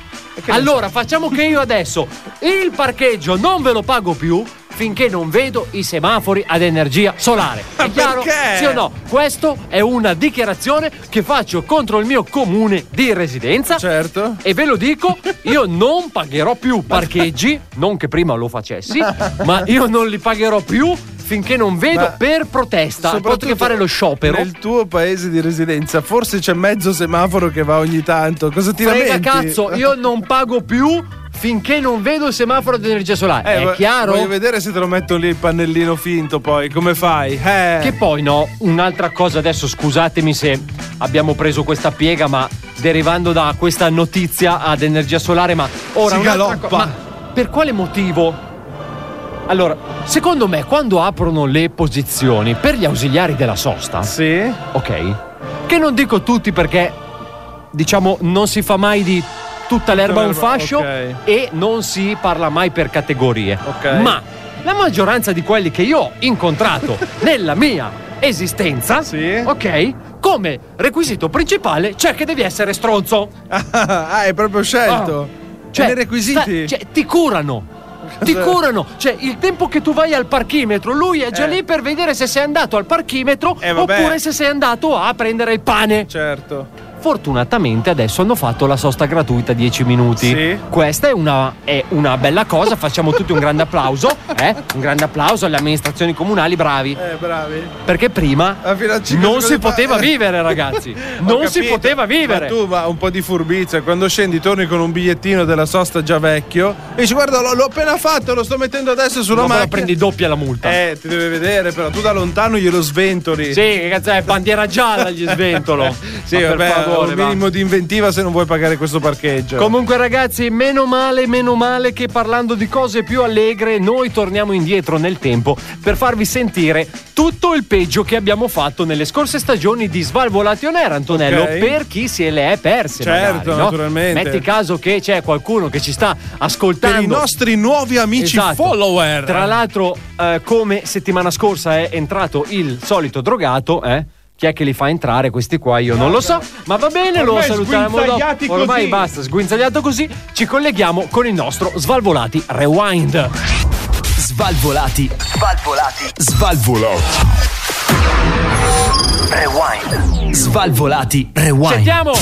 S10: Allora, facciamo che io adesso il parcheggio non ve lo pago più finché non vedo i semafori ad energia solare. È chiaro?
S9: perché?
S10: Sì o no? Questo è una dichiarazione che faccio contro il mio comune di residenza.
S9: Certo.
S10: E ve lo dico, io non pagherò più parcheggi, non che prima lo facessi, ma io non li pagherò più finché non vedo
S9: Ma
S10: per protesta, al posto che
S9: Soprattutto
S10: fare lo sciopero.
S9: Nel tuo paese di residenza forse c'è mezzo semaforo che va ogni tanto. Cosa ti
S10: Frega
S9: lamenti? Eh,
S10: cazzo, io non pago più finché non vedo il semaforo di energia solare.
S9: Eh,
S10: È
S9: vo-
S10: chiaro?
S9: Voglio vedere se te lo metto lì il pannellino finto poi. Come fai? Eh.
S10: Che poi no, un'altra cosa adesso scusatemi se abbiamo preso questa piega, ma derivando da questa notizia ad energia solare, ma ora
S9: Si
S10: un'altra
S9: galoppa.
S10: co- ma per quale motivo? Allora, secondo me quando aprono le posizioni per gli ausiliari della sosta,
S9: Ah, sì.
S10: ok, che non dico tutti perché diciamo non si fa mai di tutta l'erba un
S9: l'erba,
S10: fascio
S9: ok.
S10: e non si parla mai per categorie.
S9: Ok.
S10: Ma la maggioranza di quelli che io ho incontrato nella mia esistenza, ok, come requisito principale c'è che devi essere stronzo.
S9: Ah, hai proprio scelto.
S10: Cioè,
S9: nei requisiti?
S10: sta- cioè, ti curano. Ti curano, cioè il tempo che tu vai al parchimetro, lui è già lì per vedere se sei andato al parchimetro
S9: Eh. vabbè.
S10: oppure se sei andato a prendere il pane.
S9: Certo.
S10: Fortunatamente adesso hanno fatto la sosta gratuita 10 minuti.
S9: Sì.
S10: Questa è una, è una bella cosa, facciamo tutti un grande applauso. eh? Un grande applauso alle amministrazioni comunali, bravi.
S9: Eh, bravi.
S10: Perché prima
S9: Ah, fino a cinque
S10: non si
S9: secondi fa-
S10: poteva vivere, ragazzi.
S9: Ho
S10: Non si
S9: capito,
S10: poteva vivere.
S9: Ma tu ma un po' di furbizia. Quando scendi torni con un bigliettino della sosta già vecchio e dici guarda l'ho, l'ho appena fatto, lo sto mettendo adesso sulla
S10: Ma poi la
S9: macchina.
S10: prendi doppia la multa.
S9: Eh, ti deve vedere, però tu da lontano glielo sventoli. Eh,
S10: Sì, che cazzo è bandiera gialla gli sventolo.
S9: sì,
S10: Ma per
S9: vabbè,
S10: favore,
S9: un
S10: va.
S9: minimo di inventiva se non vuoi pagare questo parcheggio.
S10: Comunque ragazzi, meno male, meno male che parlando di cose più allegre noi torniamo indietro nel tempo per farvi sentire tutto il peggio che abbiamo fatto nelle scorse stagioni di Svalvolati On Air, Antonello,
S9: Ok.
S10: per chi se le è perse.
S9: Certo,
S10: magari, no?
S9: naturalmente.
S10: Metti caso che c'è qualcuno che ci sta ascoltando.
S9: Per i nostri nuovi amici
S10: Esatto.
S9: follower.
S10: Tra l'altro, eh, come settimana scorsa è entrato il solito drogato, eh? Chi è che li fa entrare questi qua? Io non lo so, ma va bene,
S14: Ormai
S10: lo salutiamo
S14: sguinzagliati
S10: dopo. Ormai
S14: così.
S10: basta, sguinzagliato così, ci colleghiamo con il nostro Svalvolati Rewind.
S8: Svalvolati. Svalvolati. Svalvolati. Rewind. Svalvolati. Rewind.
S10: Sentiamo!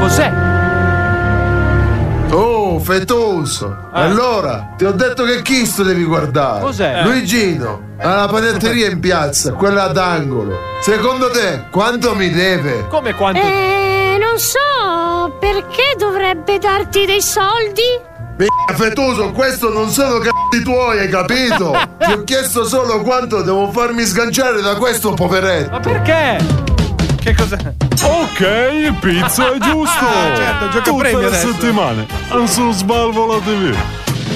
S10: Cos'è?
S15: Oh, fetoso! Allora, ti ho detto che Kisto devi guardare.
S10: Eh.
S14: Eh.
S16: Cos'è?
S15: Luigino, alla panetteria in piazza, quella d'angolo. Secondo te, quanto mi deve?
S10: Come quanto?
S17: Eh, non so, perché dovrebbe darti dei soldi?
S15: Merda, Eh, Fetoso, questo non sono c***i tuoi, hai capito? Ti ho chiesto solo quanto devo farmi sganciare da questo poveretto. Ma
S10: perché?
S9: Che cos'è?
S16: Ok, il pizza è giusto.
S10: Ah,
S9: certo, gioca
S16: Tutte
S9: premi
S16: le
S9: adesso.
S16: settimane. Ansu Svalvola TV.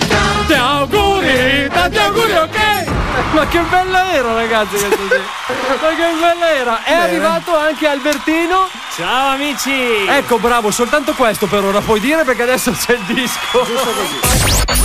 S10: Tanti auguri, tanti auguri, ok? Ma che bella era, ragazzi, questa sì. Ma che bella era! È arrivato anche Albertino. Ciao amici! Ecco, bravo, soltanto questo per ora puoi dire perché adesso c'è il disco. Giusto così.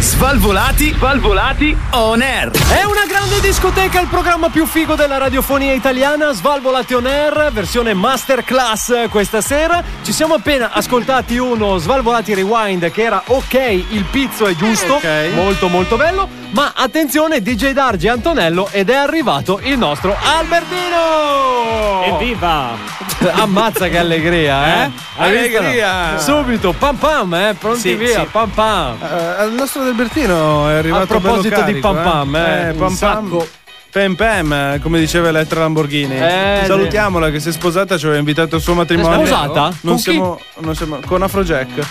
S8: Svalvolati, svalvolati on air.
S10: È una grande discoteca, il programma più figo della radiofonia italiana, Svalvolati on air, versione masterclass questa sera. Ci siamo appena ascoltati uno Svalvolati Rewind che era ok, il pizzo è giusto, molto molto bello, ma attenzione DJ Dargi Antonello ed è arrivato il nostro Albertino!
S14: Evviva!
S10: Ammazza che allegria, eh?
S9: Eh?
S10: Hai visto?
S9: Allegria!
S10: Subito, pam pam, eh? Pronti
S9: Sì,
S10: via,
S9: sì.
S10: pam pam!
S9: Eh, il nostro Albertino è arrivato
S10: A proposito
S9: bello
S10: di
S9: carico,
S10: Pam Pam, eh,
S9: eh
S10: un
S9: Pam Pam.
S10: sacco.
S9: Pam Pam, eh, come diceva Elettra Lamborghini.
S10: Eh,
S9: Salutiamola che si è sposata, ci aveva invitato al suo matrimonio.
S10: È sposata? Con
S9: Non
S10: chi?
S9: siamo, non siamo con Afrojack.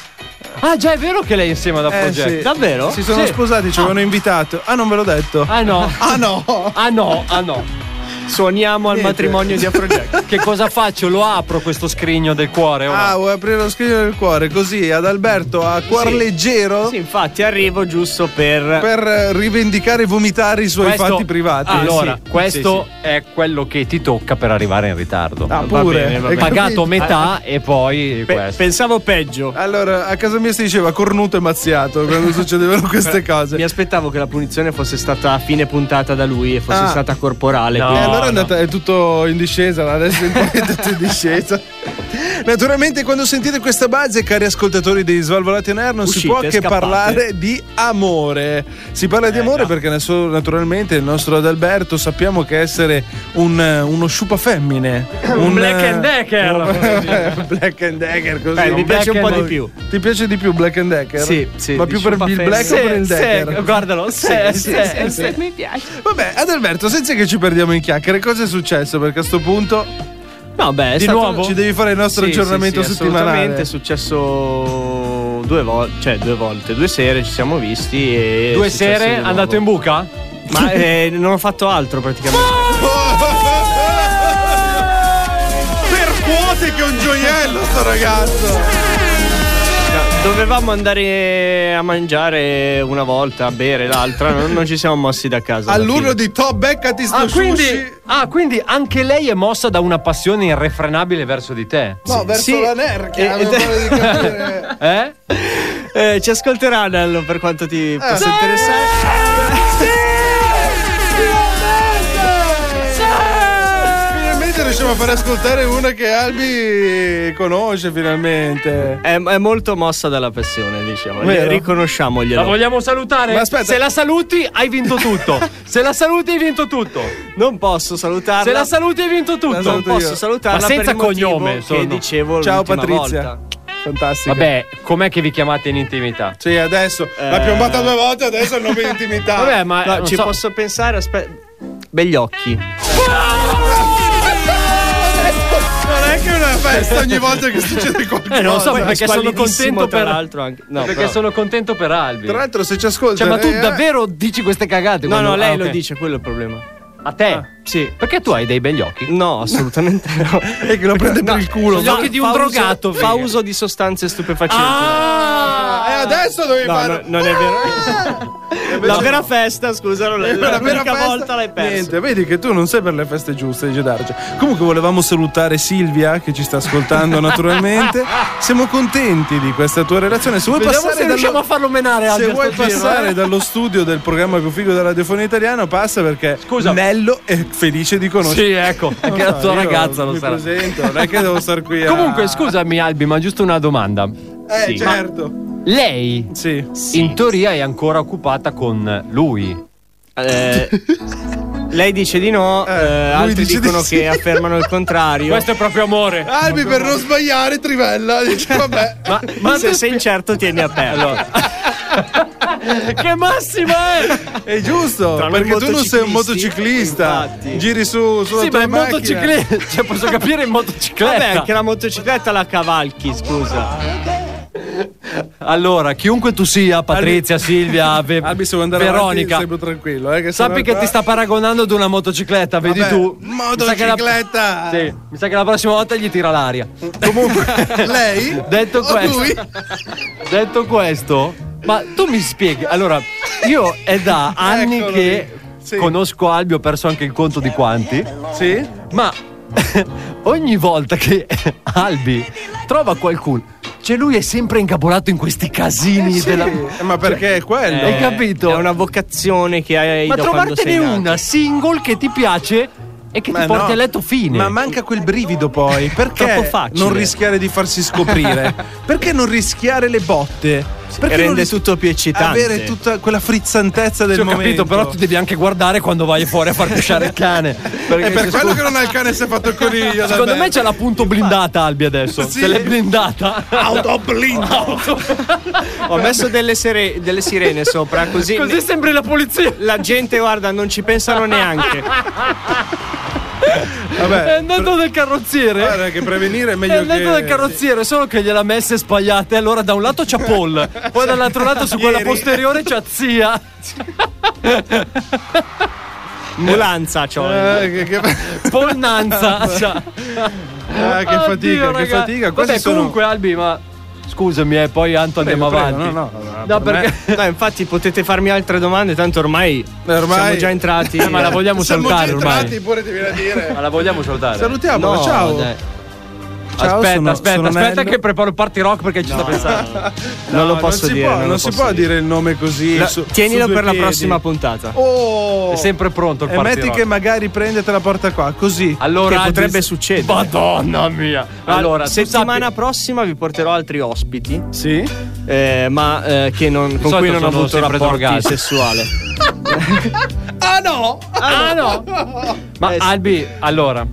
S10: Ah, già è vero che lei è insieme ad Afrojack?
S9: Eh, sì.
S10: Davvero?
S9: Si sono
S10: Sì.
S9: sposati, ci
S10: Ah.
S9: avevano invitato. Ah, non ve l'ho detto.
S10: Ah no.
S9: Ah no.
S10: Ah no, ah no. Suoniamo al
S9: Niente.
S10: matrimonio di Afrojack. che cosa faccio? Lo apro questo scrigno del cuore o no?
S9: Ah, vuoi aprire lo scrigno del cuore? Così ad Alberto a cuor
S14: Sì.
S9: leggero.
S14: Sì, infatti arrivo giusto per.
S9: Per eh, rivendicare e vomitare i suoi
S10: Questo- Ah,
S9: fatti privati.
S10: Allora,
S9: Sì.
S10: questo
S9: Sì,
S10: è quello che ti tocca per arrivare in ritardo.
S9: Ah, pure. Hai
S10: Pagato
S9: capito? Ah,
S10: metà e poi questo.
S14: Pensavo peggio.
S9: Allora, a casa mia si diceva cornuto e mazziato quando succedevano queste cose.
S14: Mi aspettavo che la punizione fosse stata a fine puntata da lui e fosse
S9: Ah.
S14: stata corporale.
S9: E
S14: quindi-
S9: allora è, andata, è tutto in discesa, da adesso in poi è tutto in discesa. Naturalmente, quando sentite questa base, cari ascoltatori di Svalvolati on Air, non si
S14: Uscite,
S9: può che
S14: scappate. Eh,
S9: parlare di amore. Si parla di amore perché adesso, naturalmente il nostro Adalberto sappiamo che essere un, eh, uno sciupafemmine.
S14: Un Black and Decker.
S9: un- black and Decker così.
S14: Beh, mi
S9: Un
S14: piace
S9: Black
S14: un po'
S9: and-
S14: di più.
S9: Ti piace di più Black and Decker?
S14: Sì, sì,
S9: Ma più per il
S14: sciupafemmine.
S9: Black o per il
S14: Sì, sì,
S9: Decker?
S10: guardalo,
S9: Sì,
S10: se,
S9: sì,
S10: se,
S9: sì,
S10: se.
S9: sì. Vabbè, Adalberto, senza che ci perdiamo in chiacchiere, cosa è successo? Perché a sto punto.
S14: No, beh, è
S9: Di
S14: stato- boh.
S9: nuovo? Ci devi fare il nostro
S14: Sì,
S9: aggiornamento
S14: sì, sì,
S9: settimanale.
S14: Assolutamente, è successo due volte, cioè due volte, due sere ci siamo visti e
S10: Due sere andato in buca?
S14: Ma eh, non ho fatto altro praticamente.
S9: Percuote che un gioiello sto ragazzo!
S14: No, Dovevamo andare a mangiare una volta, a bere l'altra, non, non ci siamo mossi da casa. alla
S9: All'urlo
S14: fine.
S9: di Top Beccati sto
S10: Ah
S9: sushi.
S10: quindi, ah, quindi anche lei è mossa da una passione irrefrenabile verso di te?
S9: No, verso
S14: Sì.
S9: la nerchia.
S14: E-
S9: avevo
S14: ed-
S9: paura di capire.
S10: Eh?
S14: Eh, ci ascolterà Nello per quanto ti possa
S9: Sì!
S14: interessare.
S9: Finalmente riusciamo a far ascoltare una che Albi conosce finalmente.
S14: È, è molto mossa dalla passione, diciamo.
S9: Vero.
S10: La
S14: Riconosciamoglielo.
S10: vogliamo salutare?
S9: Ma aspetta.
S10: Se la saluti hai vinto tutto. Se la saluti hai vinto tutto.
S14: Non posso salutarla.
S10: Se la saluti hai vinto tutto.
S9: La saluto
S14: non posso
S9: io.
S14: salutarla
S10: Ma senza
S14: per il motivo
S10: cognome,
S14: che
S10: sono.
S14: dicevo
S9: Ciao
S14: l'ultima
S9: Patrizia.
S14: volta.
S9: Fantastica.
S10: Vabbè, com'è che vi chiamate in intimità?
S9: Sì, adesso
S14: Eh.
S9: l'ha piombata due volte, adesso è il nome di intimità.
S10: Vabbè, ma
S14: Ah, No,
S10: non
S14: ci
S10: so-
S14: posso pensare, aspetta. Begli occhi.
S9: Non è che è una festa ogni volta che succede qualcosa.
S10: Eh, non lo so
S14: Poi è
S10: perché sono
S14: squallidissimo,
S10: contento per
S14: tra l'altro anche. No,
S10: perché
S14: però-
S10: sono contento per Albi.
S9: Tra l'altro, se ci ascolta.
S10: Cioè, ma tu
S9: eh,
S10: davvero dici queste cagate?
S14: No,
S10: quando-
S14: no, lei
S10: ah,
S14: lo
S10: ok.
S14: dice, quello è il problema.
S10: A te?
S14: Sì.
S10: Perché tu hai dei begli occhi?
S14: No, assolutamente no.
S9: È che lo prende per il culo.
S10: gli occhi di un drogato, Ah!
S14: Uso, fa
S10: figa.
S14: uso di sostanze stupefacenti.
S9: E eh, adesso dovevi
S14: No, no,
S9: fare.
S14: non è
S10: Ah!
S14: vero. la vera festa, scusa, non l'hai-
S9: La vera
S14: l'unica
S9: festa-
S14: volta l'hai persa.
S9: Niente, vedi che tu non sei per le feste giuste, dice Darge. Comunque volevamo salutare Silvia che ci sta ascoltando naturalmente. Siamo contenti di questa tua relazione. Se vuoi
S10: Vediamo
S9: passare
S10: se
S9: dallo-
S10: riusciamo a farlo menare Albi,
S9: Se
S10: a
S9: vuoi
S10: sto giro,
S9: passare
S10: eh.
S9: dallo studio del programma più figo della radiofonia italiana, passa perché
S10: Scusa.
S9: Nello è felice di conoscerti.
S10: Sì, ecco, anche la tua
S9: Io
S10: ragazza lo
S9: mi
S10: sarà.
S9: presento, non è che devo star qui. a-
S10: Comunque, scusami Albi, ma giusto una domanda.
S9: Eh,
S10: Sì.
S9: certo.
S10: Lei
S9: Sì.
S10: in teoria è ancora occupata con lui.
S14: Eh, lei dice di no, eh, altri
S9: dice di
S14: dicono
S9: sì.
S14: che affermano il contrario.
S10: è proprio amore.
S9: Albi per non sbagliare, trivella. Dice, vabbè.
S14: Ma,
S10: ma
S14: se
S10: tu-
S14: sei incerto, tieni aperto.
S10: che massima è!
S9: È giusto,
S14: Tra noi
S9: perché tu non sei un motociclista.
S14: infatti.
S9: Giri su sulla
S10: Sì,
S9: tua
S10: ma in
S9: macchina.
S10: motocicletta. Cioè, posso capire in motocicletta.
S14: Vabbè, anche la motocicletta la cavalchi, scusa.
S10: Allora, chiunque tu sia, Patrizia, Silvia, Ve-
S9: Albi, se vuoi andare
S10: Veronica,
S9: avanti, stai più tranquillo. Eh, che
S10: sappi
S9: sennò
S10: che
S9: qua-
S10: ti sta paragonando ad una motocicletta, vedi
S9: Vabbè,
S10: tu?
S9: motocicletta!
S10: Mi sa, che la... Sì, mi sa che la prossima volta gli tira l'aria. Comunque,
S9: lei?
S10: Detto
S9: o
S10: questo,
S9: Oh, lui?
S10: detto questo, ma tu mi spieghi. Allora, io è da anni
S9: Eccolo
S10: che conosco Albi, ho perso anche il conto di quanti.
S9: Sì.
S10: Ma ogni volta che Albi trova qualcuno. Cioè, lui è sempre incapolato in questi casini
S14: Eh sì,
S10: della. Cioè, eh,
S14: eh, ma perché è quello.
S10: Hai capito?
S14: È una vocazione che hai
S10: Ma
S14: da quando sei
S10: trovartene
S14: nato.
S10: una single che ti piace e che
S9: Ma
S10: ti porti
S9: no,
S10: a letto fine.
S9: Ma manca quel brivido poi.
S10: Troppo
S9: Perché
S10: facile.
S9: non rischiare di farsi scoprire? perché non rischiare le botte? Perché non
S14: rende
S9: ris-
S14: tutto più eccitante.
S9: Avere tutta quella frizzantezza del
S10: Sì, ho
S9: momento.
S10: capito, però tu devi anche guardare quando vai fuori a far pisciare il cane. Perché
S9: È Eh, per
S10: se-
S9: quello che non ha il cane si è fatto il coniglio.
S10: Eh, Secondo
S9: vabbè.
S10: me c'è la punto blindata Albi adesso.
S9: Sì.
S10: Se l'è blindata.
S14: Ho messo delle, sere- delle sirene sopra, così.
S10: Così sembri la polizia.
S14: La gente, guarda, non ci pensano neanche.
S10: È andato del carrozziere.
S9: Guarda che prevenire è meglio
S10: È andato
S9: che-
S10: Eh, del carrozziere, solo che gliel'ha messe sbagliate. Allora da un lato c'ha Paul, poi dall'altro lato su quella
S14: Ieri.
S10: posteriore c'ha zia.
S14: Mulanza, cioè. c'ho.
S9: Eh, che- che-
S10: Polnanza. c'ha.
S9: Ah, che
S10: Oddio,
S9: fatica, che
S10: ragazzi.
S9: fatica. Questi
S10: Vabbè,
S9: sono-
S10: comunque, Albi, ma scusami, eh, poi Anto andiamo
S14: Prego,
S10: avanti.
S14: prego, no,
S10: no,
S14: No,
S10: per
S14: perché- no, infatti potete farmi altre domande, tanto ormai, siamo già entrati.
S10: Eh, ma la vogliamo salutare ormai.
S9: pure ti viene a dire.
S10: Ma la vogliamo salutare.
S9: Salutiamola, ciao.
S10: dai.
S9: Ciao,
S10: aspetta,
S9: sono-
S10: aspetta,
S9: sono
S10: aspetta
S9: Nello.
S10: che preparo il party rock perché ci sta pensando.
S14: Non lo posso
S9: si
S14: dire,
S9: può-
S14: non
S9: non,
S14: lo
S9: si
S14: posso
S9: può dire il nome così.
S14: La-
S9: su-
S14: tienilo
S9: su due
S14: per la
S9: piedi.
S14: prossima puntata.
S9: Oh!
S10: È sempre pronto il
S9: E
S10: party
S9: metti
S10: rock.
S9: che magari prende e te la porta qua, così.
S10: Allora,
S14: che potrebbe
S10: Albi,
S14: succedere.
S10: Madonna mia. Allora, tu
S14: settimana
S10: sappi-
S14: prossima vi porterò altri ospiti.
S9: Sì.
S14: eh, ma eh, che non- con
S10: solito
S14: cui non ho
S10: sono
S14: avuto
S10: sempre
S14: rapporti
S10: drogati.
S14: sessuale.
S9: Ah no! Eh
S10: Ah no. Ma Albi, allora,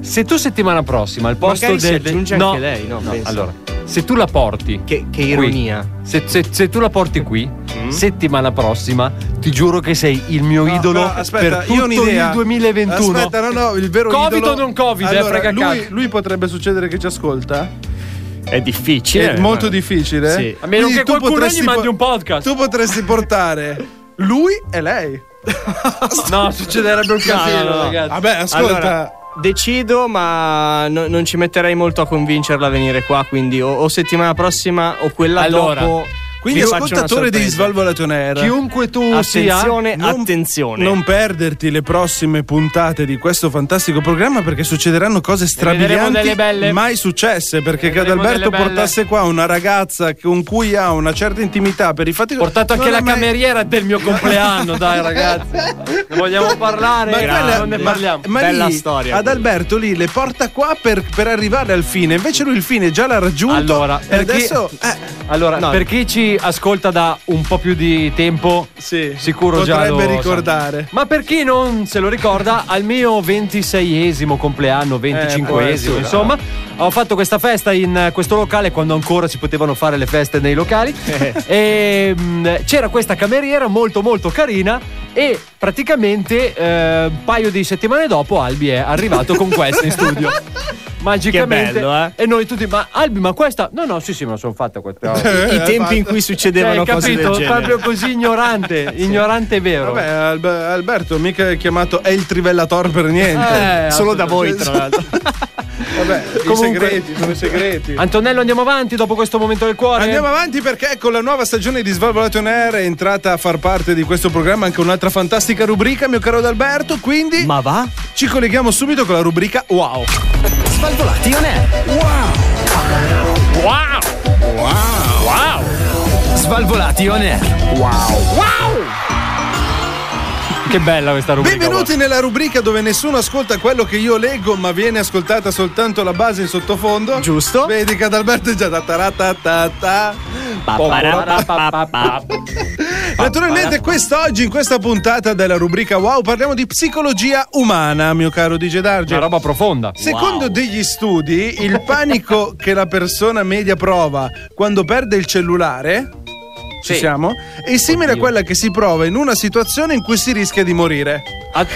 S10: se tu settimana prossima al posto
S14: Magari si
S10: del
S14: aggiunge anche lei, no, penso.
S10: allora, se tu la porti
S14: Che, che
S10: qui,
S14: ironia.
S10: se, se- se tu la porti qui, settimana prossima, ti giuro che sei il mio
S9: Mm. No,
S10: idolo
S9: però, aspetta,
S10: per
S9: io ho
S10: tutto
S9: un'idea.
S10: il 2021.
S9: Aspetta, no, no, il vero
S10: Covid
S9: idolo-
S10: o non Covid, eh,
S9: Allora,
S10: frega
S9: lui,
S10: cacca.
S9: lui potrebbe succedere che ci ascolta.
S14: È difficile.
S9: È molto
S14: eh, ma-
S9: difficile.
S14: Sì.
S9: eh.
S10: A meno
S9: Quindi
S10: che
S9: tu
S10: qualcuno
S9: potresti
S10: gli mandi
S9: po-
S10: un podcast.
S9: Tu potresti portare lui e lei.
S10: No, succederebbe un casino,
S14: no, no.
S10: ragazzi.
S9: Vabbè, ascolta.
S14: Allora, decido, ma no- non ci metterei molto a convincerla a venire qua. Quindi, o, o settimana prossima o quella
S10: Allora,
S14: dopo.
S9: Quindi,
S14: vi faccio una
S9: ascoltatore di
S14: sorpresa.
S9: Svalvolato Nera.
S10: Chiunque tu sia,
S14: Attenzione,
S9: Non-
S14: attenzione.
S9: Non perderti le prossime puntate di questo fantastico programma perché succederanno cose
S10: vedremo delle
S9: strabilianti
S10: belle.
S9: mai successe. Perché
S10: Ne
S9: che
S10: vedremo
S9: Adalberto
S10: delle belle.
S9: portasse qua una ragazza con cui ha una certa intimità per i fatti
S10: ho portato anche
S9: Non
S10: la
S9: ha mai-
S10: cameriera del mio compleanno, dai ragazzi. Ne vogliamo parlare?
S9: Ma, quella-
S10: non ne
S9: ma-
S10: parliamo.
S9: ma
S14: Bella
S9: lì,
S14: storia.
S9: Ad Alberto lì le porta qua per, per arrivare al fine. Invece lui il fine già l'ha raggiunto.
S10: Allora,
S9: e
S10: per chi-
S9: adesso. eh,
S10: Allora,
S14: No.
S10: per chi ci ascolta da un po' più di tempo,
S9: Sì,
S10: sicuro già lo
S9: potrebbe
S10: sa.
S9: ricordare.
S10: Ma per chi non se lo ricorda, al mio 26esimo compleanno, 25esimo,
S9: Eh,
S10: insomma, ho fatto questa festa in eh, questo locale quando ancora si potevano fare le feste nei locali.
S9: Eh.
S10: e mm, c'era questa cameriera molto molto carina e praticamente eh, un paio di settimane dopo Albi è arrivato con questa in studio. Magicamente.
S14: Che bello, eh?
S10: E noi tutti, ma Albi, ma questa? No, no, sì, sì, me la sono fatta questa.
S9: Eh,
S14: I tempi in cui succedevano
S10: Cioè,
S14: cose del
S10: capito?
S14: genere.
S10: Proprio così ignorante, ignorante vero.
S9: Vabbè, Albe- Alberto mica è chiamato è il trivellator per niente.
S10: Eh,
S14: Solo da voi, tra l'altro.
S9: Vabbè,
S10: Comunque-
S9: i segreti, sono i segreti.
S10: Antonello, andiamo avanti dopo questo momento del cuore.
S9: Andiamo avanti perché con la nuova stagione di Svalvolato on Air è entrata a far parte di questo programma anche un'altra fantastica rubrica, mio caro Adalberto, quindi
S14: Ma va?
S9: ci colleghiamo subito con la rubrica Wow.
S8: Svalvolati on air.
S10: Wow!
S8: Svalvolati on air.
S10: Che bella questa rubrica.
S9: Benvenuti nella rubrica dove nessuno ascolta quello che io leggo, ma viene ascoltata soltanto la base in sottofondo.
S14: Giusto.
S9: Vedi che Adalberto è già da taratatata. Naturalmente quest'oggi in questa puntata della rubrica Wow parliamo di psicologia umana, mio caro DJ
S10: guarda.
S9: Darge.
S10: Una roba profonda.
S9: Secondo degli studi, il panico che la persona media prova quando perde il cellulare Ci siamo? È simile a quella che si prova in una situazione in cui si rischia di morire.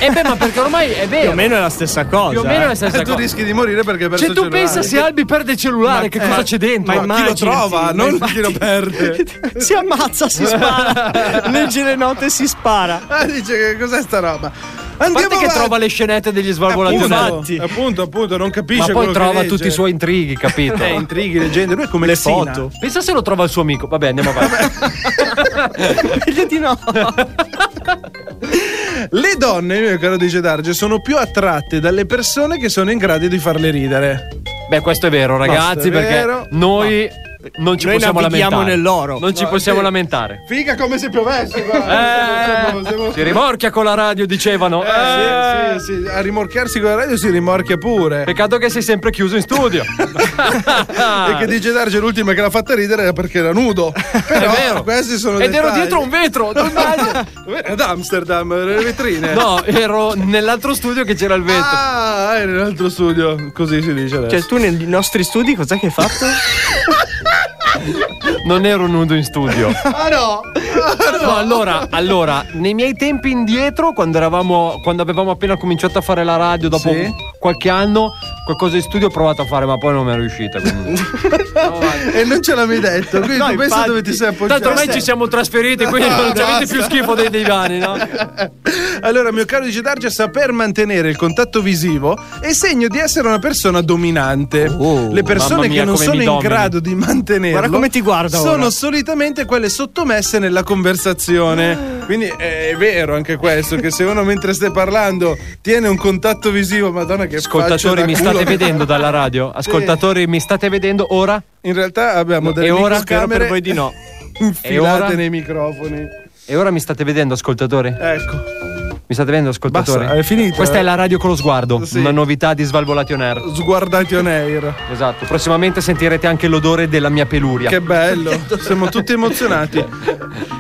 S10: Eh beh, ma perché ormai è vero.
S14: Più o meno è la stessa cosa.
S10: Più o meno è la stessa
S9: Eh, tu
S10: cosa.
S9: rischi di morire perché hai perso
S10: Cioè,
S9: il
S10: tu
S9: cellulare.
S10: pensa se Albi perde il cellulare,
S9: Ma-
S10: che
S9: eh,
S10: cosa c'è dentro?
S9: ma chi lo trova, non chi lo perde.
S14: si ammazza, si spara. Legge le note e si spara.
S9: Ah, dice che cos'è sta roba?
S10: Quanto
S9: Andiamo
S10: che
S9: avanti.
S10: trova le scenette degli svalvolati?
S9: appunto, appunto, appunto, non
S10: Ma poi
S9: capisce quello che
S10: trova
S9: dice.
S10: tutti i suoi intrighi, capito?
S9: Eh, intrighi, leggende, lui è come
S10: le
S9: Xena.
S10: foto. Pensa se lo trova il suo amico. Vabbè, andiamo avanti.
S14: Meglio di no.
S9: Le donne, mio caro dice Darge, sono più attratte dalle persone che sono in grado di farle ridere.
S10: Beh, questo è vero,
S9: Questo
S10: ragazzi,
S9: è
S10: perché
S9: vero.
S10: noi non ci
S14: Noi
S10: possiamo
S14: navighiamo
S10: lamentare.
S14: nell'oro.
S10: Non ci
S14: No,
S10: possiamo
S14: sì.
S10: lamentare.
S15: Figa come se piovesse,
S10: Eh,
S15: guarda.
S10: si rimorchia con la radio, dicevano. Eh,
S9: Eh, sì, sì, a rimorchiarsi con la radio si rimorchia pure.
S10: Peccato che sei sempre chiuso in studio.
S9: E che dice Darge l'ultima che l'ha fatta ridere era perché era nudo. Però
S10: È vero.
S9: questi sono
S10: Ed ero
S9: dettagli.
S10: dietro a un vetro. non sbaglio.
S9: Ad Amsterdam, le vetrine.
S10: no, ero nell'altro studio che c'era il vetro.
S9: Ah, era nell'altro studio, così si dice adesso.
S14: Cioè, tu nei nostri studi cos'è che hai fatto?
S10: Non ero nudo in studio.
S14: ah no!
S10: No, allora, allora, nei miei tempi indietro, quando eravamo, quando avevamo appena cominciato a fare la radio, dopo
S9: Sì.
S10: qualche anno, qualcosa di studio ho provato a fare, ma poi non mi è riuscita. quindi.
S9: e non ce l'avevi detto, quindi
S14: No,
S9: tu pensa
S14: infatti.
S9: dove ti sei appoggiato.
S10: Tanto ormai ci siamo trasferiti, quindi
S9: Ah,
S10: non ci avete più schifo dei divani, no?
S9: Allora, mio caro dice Darge, saper mantenere il contatto visivo è segno di essere una persona dominante.
S10: Oh,
S9: Le
S10: mamma
S9: persone
S10: mia,
S9: che non
S10: come
S9: sono
S10: mi
S9: in
S10: domini.
S9: grado di mantenerlo
S14: Guarda come ti guarda
S9: sono
S14: ora.
S9: solitamente quelle sottomesse nella
S10: Ah.
S9: conversazione. Quindi è vero anche questo, che se uno mentre stai parlando tiene un contatto visivo, madonna che faccia
S10: Ascoltatori,
S9: da
S10: mi
S9: culo.
S10: state vedendo dalla radio? Ascoltatori, mi state vedendo ora?
S9: In realtà abbiamo delle
S10: e ora?
S9: microcamere
S10: Spero per voi di no. E ora?
S9: infilate nei microfoni.
S10: E ora mi state vedendo, ascoltatori?
S9: Ecco.
S10: Mi state vedendo, ascoltatori?
S9: Basta, è finito,
S10: Questa
S9: eh?
S10: è la radio con lo sguardo,
S9: Sì.
S10: una novità di Svalvolati on Air.
S9: Sguardati on air.
S10: Esatto, prossimamente sentirete anche l'odore della mia peluria.
S9: Che bello, siamo tutti emozionati.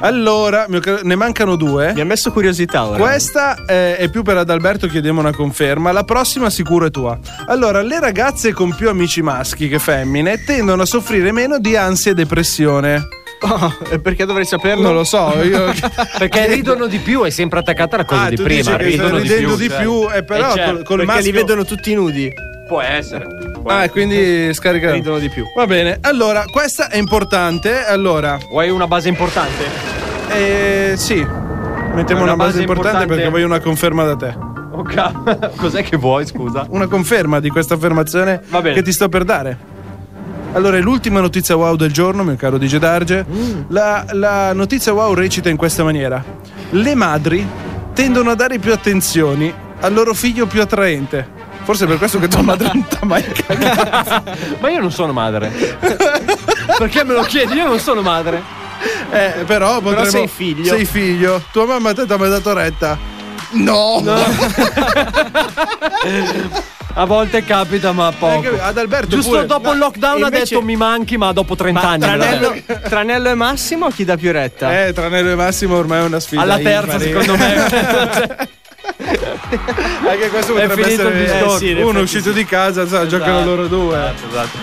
S9: Allora, mio caro- ne mancano
S14: Mi ha
S9: due.
S14: messo curiosità ora.
S9: Questa eh, è più per Adalberto, chiediamo una conferma. La prossima sicuro è tua. Allora, le ragazze con più amici maschi che femmine tendono a soffrire meno di ansia e depressione. Eh,
S14: Oh, e perché dovrei saperlo?
S9: Non lo so, io.
S10: Perché ridono di più, è sempre attaccata alla cosa
S9: Ah,
S10: di
S9: tu
S10: prima.
S9: dici che stanno
S10: ridono di più.
S9: ridendo di più,
S10: cioè.
S9: eh, però
S10: Eh, certo,
S9: col, col
S14: perché
S9: maschio.
S14: li vedono tutti nudi.
S10: Può essere.
S9: Ah, quindi scaricano.
S14: Ridono di più.
S9: Va bene, allora, questa è importante. Allora,
S10: Vuoi una base importante?
S9: eh, sì, mettiamo
S10: Una
S9: una, base,
S10: base
S9: importante
S10: importante.
S9: perché voglio una conferma da te.
S10: Oh, ca- Cos'è che vuoi, scusa?
S9: una conferma di questa affermazione
S10: Va bene.
S9: che ti sto per dare. Allora, è l'ultima notizia wow del giorno, mio caro DJ Darge.
S10: Mm.
S9: La, la notizia wow recita in questa maniera: Le madri tendono a dare più attenzioni al loro figlio più attraente. Forse è per questo che tua madre non t'ha mai
S10: Eh,
S9: cagato.
S10: Ma io non sono madre. Perché me lo chiedi? Io non sono madre.
S9: Eh, però potremmo-
S14: sei figlio.
S9: Sei figlio. Tua mamma te ti ha mai dato retta. No!
S10: A volte capita, ma
S9: Eh,
S10: poco.
S9: che- Ad Alberto
S10: Giusto
S9: pure.
S10: dopo il lockdown
S14: e
S10: ha
S14: invece-
S10: detto mi manchi, ma dopo 30
S14: Ma
S10: anni. me l'ha
S14: tranello,
S10: detto.
S14: Tranello e Massimo chi dà più retta?
S9: Eh, tra Nero e Massimo ormai è una sfida.
S10: Alla terza,
S9: impari.
S10: secondo me.
S9: Anche questo
S10: È
S9: potrebbe
S10: finito
S9: essere
S10: il
S9: eh,
S10: discorso.
S9: sì, uno è uscito di casa, sa, giocano loro due.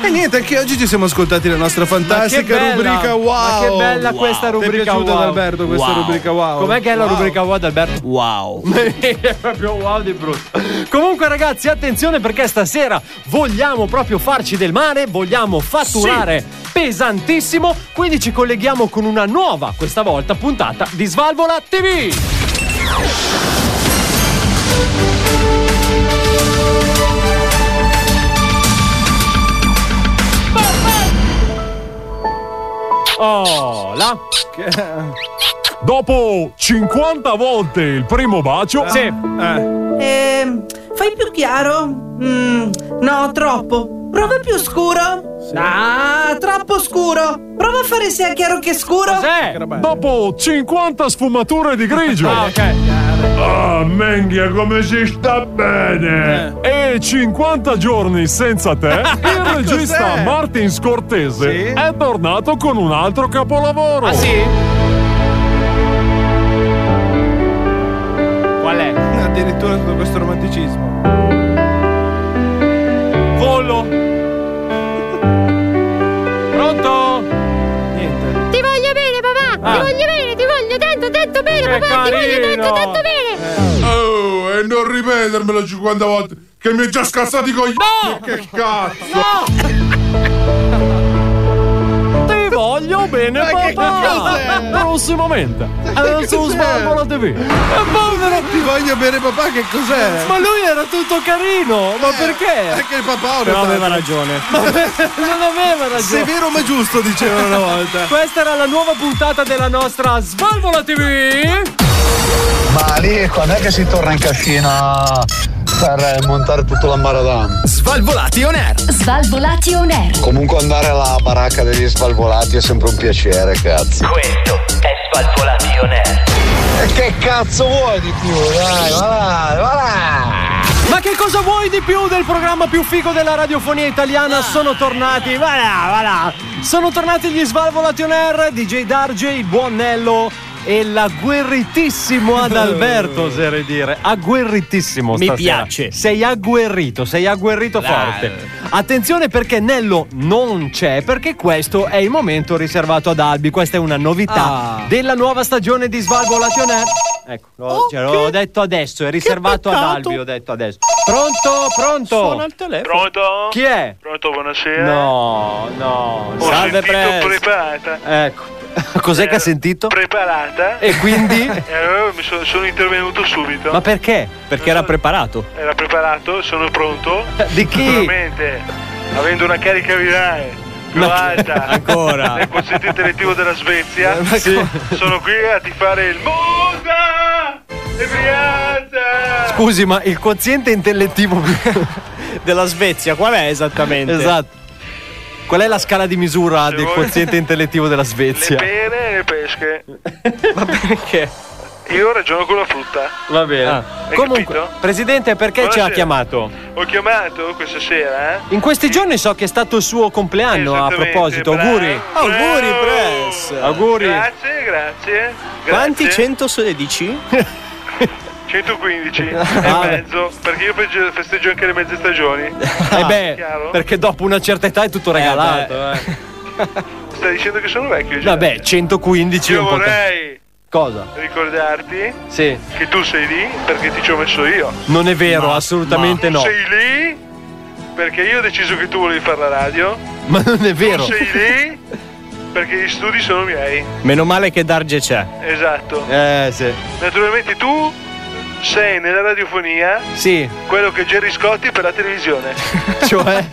S9: E niente, anche oggi ci siamo ascoltati la nostra fantastica
S10: Ma che bella,
S9: rubrica Wow.
S10: ma che bella questa
S9: Ti è
S10: rubrica
S9: piaciuta
S10: wow.
S9: Alberto questa
S14: Wow.
S9: rubrica Wow?
S10: Oh, Com'è che è la rubrica WOD Alberto?
S14: Wow.
S10: è proprio wow di brutto. Comunque, ragazzi, attenzione perché stasera vogliamo proprio farci del male, vogliamo fatturare pesantissimo. Quindi ci colleghiamo con una nuova, questa volta puntata di Svalvola TV. Oh, là.
S16: Dopo 50 volte il primo bacio,
S10: Sì.
S9: Eh,
S18: Ehm, fai più chiaro? Mm, no, troppo. Prova più scuro? Ah, troppo scuro. Prova a fare sia chiaro che scuro.
S10: Sì.
S16: dopo 50 sfumature di grigio.
S10: Ah, ok.
S16: Ah, menghia come si sta bene! E 50 giorni senza te, il regista
S9: Cos'è?
S16: Martin Scortese
S9: Sì? Eh,
S16: è tornato con un altro capolavoro.
S10: Ah, sì? Qual è?
S9: Addirittura tutto questo romanticismo.
S10: Volo. Pronto?
S9: Niente.
S17: Ti voglio bene, papà!
S10: Ah,
S7: detto
S15: Che
S7: bene, papà, ti voglio bene, ti ho
S15: carino.
S7: detto bene.
S15: Oh, e non ripetermelo 50 volte, che mi hai già scassato i coglioni. Che cazzo!
S10: Ti voglio bene,
S2: Ma che
S10: papà. Prossimamente. Adesso svalvo la TV.
S19: Ma povero, ti voglio bere papà, che cos'è?
S10: Ma lui era tutto carino, ma perché?
S19: Perché il papà
S10: Però
S14: aveva ragione.
S10: Ma non aveva ragione.
S19: Severo ma giusto, dicevano una volta.
S10: Questa era la nuova puntata della nostra Svalvola TV.
S20: Ma lì quando è che si torna in cascina per eh, montare tutto l'ambaradan?
S21: Svalvolati on air.
S12: Svalvolati on air.
S20: Comunque andare alla baracca degli svalvolati è sempre un piacere, cazzo.
S2: Questo è Svalvolati On Air.
S20: E che cazzo vuoi di più? Dai, va là, va là!
S10: Ma che cosa vuoi di più del programma più figo della radiofonia
S21: Ah.
S10: italiana? Sono tornati, va là, va là. Sono tornati gli Svalvolati on air, DJ Darge, il buon Nello e l'agguerritissimo Adalberto, oserei dire. Agguerritissimo
S14: Mi
S10: stasera.
S14: piace.
S10: Sei agguerrito, sei agguerrito
S14: Là.
S10: forte. Attenzione perché Nello non c'è, perché questo è il momento riservato ad Albi. Questa è una novità
S14: Ah.
S10: della nuova stagione di Svalvolati on air. Ecco, l'ho, cioè, l'ho detto adesso, è riservato ad
S14: Oh, peccato.
S10: Albi, ho detto adesso. Pronto, pronto.
S14: Suona il telefono. Pronto?
S10: Chi è?
S9: Pronto, buonasera.
S10: No, no.
S9: Eh? Ho
S10: Salve
S9: sentito
S10: Prez.
S9: preparata.
S10: Ecco. Cos'è che ha sentito?
S9: Preparata.
S10: E quindi?
S9: E allora mi sono, sono intervenuto subito. Eh,
S10: Ma perché?
S14: Perché era preparato.
S9: Era preparato, sono pronto.
S10: Di chi?
S9: Sicuramente, avendo una carica virale più alta
S14: ancora.
S9: nel quoziente intellettivo della
S10: Eh,
S9: Svezia,
S14: Ma
S9: sì,
S14: come?
S9: sono qui a tifare il Monza e Brianza.
S10: Scusi, ma il quoziente intellettivo
S14: della Svezia qual è esattamente?
S10: Esatto. Qual è la scala di misura del
S9: vuoi-
S10: quoziente intellettivo della Svezia?
S9: Bene le pesche.
S10: Ma perché?
S9: Io ragiono con la frutta.
S10: Va bene.
S9: Hai
S10: Ah. Comunque,
S9: capito?
S10: presidente, perché ci
S9: Buonasera.
S10: ha chiamato?
S9: Ho chiamato questa sera, eh?
S10: In questi giorni so che è stato il suo compleanno, a
S9: Esattamente,
S10: proposito.
S9: bravo.
S10: Auguri.
S14: Auguri,
S9: Bravo.
S14: Press.
S10: Auguri.
S9: Grazie, grazie.
S14: Quanti
S9: grazie.
S10: eh,
S14: 116?
S9: 115
S10: Ah,
S9: e
S10: beh.
S9: mezzo, perché io fece- festeggio anche le mezze stagioni.
S10: Eh beh,
S9: Chiaro?
S10: perché dopo una certa età è tutto regalato. eh.
S9: Stai dicendo che sono vecchio? Giulia?
S10: Vabbè, 115 è
S9: Io
S10: un po' tanto.
S9: vorrei
S10: Cosa?
S9: ricordarti
S10: Sì.
S9: che tu sei lì perché ti ci ho messo io.
S10: Non è vero, assolutamente
S9: Tu
S10: no.
S9: Sei lì perché io ho deciso che tu volevi fare la radio.
S10: Ma non è vero.
S9: Tu sei lì perché gli studi sono miei.
S14: Meno male che Darge c'è.
S9: Esatto.
S10: Eh sì.
S9: Naturalmente tu sei nella radiofonia
S10: Sì,
S9: quello che Jerry Scotti è per la televisione.
S10: cioè.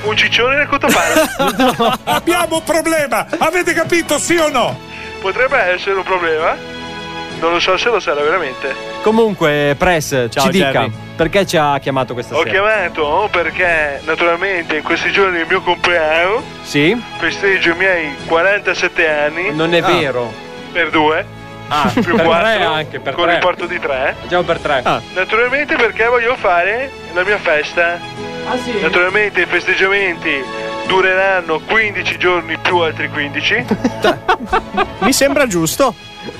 S9: Un ciccione nel cotopano.
S22: Abbiamo un problema! Avete capito, sì o no?
S9: Potrebbe essere un problema. Non lo so se lo sarà veramente.
S10: Comunque, Press,
S14: Ciao,
S10: ci dica
S14: Jerry.
S10: perché ci ha chiamato questa
S9: Ho
S10: sera.
S9: chiamato perché naturalmente in questi giorni è il mio compleanno,
S10: Sì?
S9: festeggio i miei 47 anni.
S10: Non è vero.
S9: Per due.
S10: Ah,
S9: Ah. più
S10: per
S9: quattro.
S10: tre anche, per
S9: con
S10: tre.
S9: riporto di tre.
S10: Facciamo per tre. Ah,
S9: Naturalmente perché voglio fare la mia festa.
S10: sì.
S9: Naturalmente i festeggiamenti dureranno 15 giorni più altri 15.
S14: Mi sembra giusto.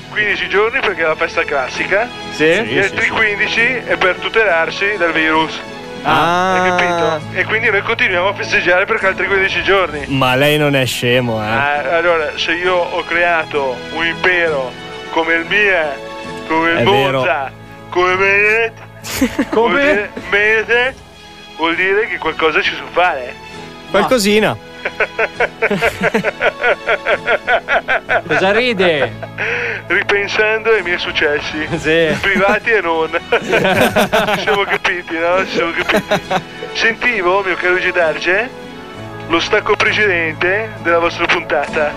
S9: 15 giorni perché è la festa classica.
S14: Sì.
S9: Gli altri 15 è per tutelarsi dal virus.
S14: Ah.
S9: Hai capito? E quindi noi continuiamo a festeggiare per altri 15 giorni.
S14: Ma lei non è scemo, eh.
S9: Ah, allora, se io ho creato un impero come il Mia, come il
S14: È
S9: Monza, come Menet, vuol
S14: Come?
S9: dire- Menet, vuol dire che qualcosa ci so fare.
S14: Qualcosina.
S10: Cosa ride?
S9: Ripensando ai miei successi,
S10: Sì.
S9: privati e non, ci siamo capiti, no? Ci siamo capiti. Sentivo, mio caro Gedarge, lo stacco precedente della vostra puntata.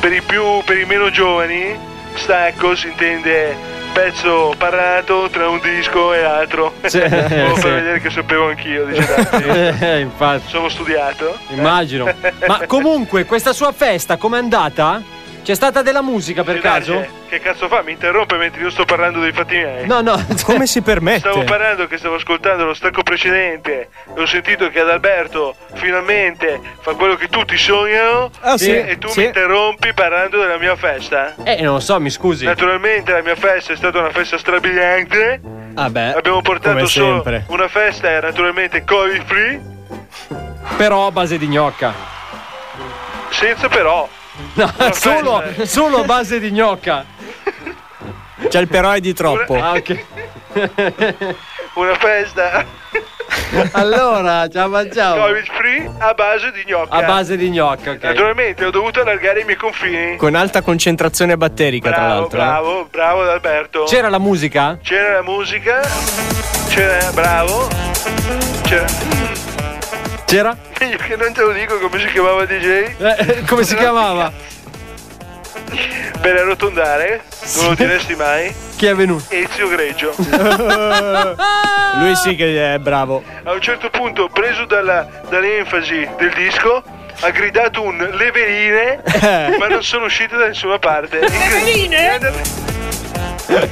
S9: Per i più, per i meno giovani, stacco si intende pezzo parlato tra un disco e l'altro.
S10: Sì,
S9: Solo
S10: Eh, sì.
S9: per vedere che sapevo anch'io, dice
S10: Eh, infatti,
S9: Sono studiato.
S10: immagino. Ma comunque, questa sua festa com'è andata? C'è stata della musica per
S9: Gedarge,
S10: caso?
S9: Che cazzo fa? Mi interrompe mentre io sto parlando dei fatti miei.
S10: No, no.
S14: Come si permette?
S9: Stavo parlando che stavo ascoltando lo stacco precedente e ho sentito che Adalberto finalmente fa quello che tutti sognano
S10: Ah, sì,
S9: e, e tu
S10: sì.
S9: mi interrompi parlando della mia festa.
S10: Eh, non so, mi scusi.
S9: Naturalmente la mia festa è stata una festa strabiliante,
S14: Vabbè,
S10: Eh,
S9: abbiamo portato
S14: come
S9: solo
S14: sempre.
S9: una festa eh, naturalmente covid free,
S10: Però a base di gnocca.
S9: senza però.
S10: No, solo, solo a base di gnocca.
S14: C'è il però è di troppo.
S10: Ah, ok.
S9: Una festa.
S10: Allora, ciao, mangiamo.
S9: Covid free a base di gnocca.
S10: Oh. A base di gnocca, ok.
S9: Naturalmente ho dovuto allargare i miei confini.
S14: Con alta concentrazione batterica, tra
S9: Bravo,
S14: l'altro. eh.
S9: bravo, bravo Alberto.
S14: C'era la musica?
S9: C'era la musica. C'era, bravo. C'era.
S10: C'era?
S9: Meglio che non te lo dico come si chiamava DJ.
S10: Eh, come si chiamava?
S9: Per arrotondare, non lo diresti mai.
S10: Chi è venuto?
S9: Ezio Greggio.
S14: Lui sì che è bravo.
S9: A un certo punto, preso dalla- dall'enfasi del disco, ha gridato un leverine,
S14: Eh.
S9: ma non sono uscito da nessuna parte. Leverine? È andato,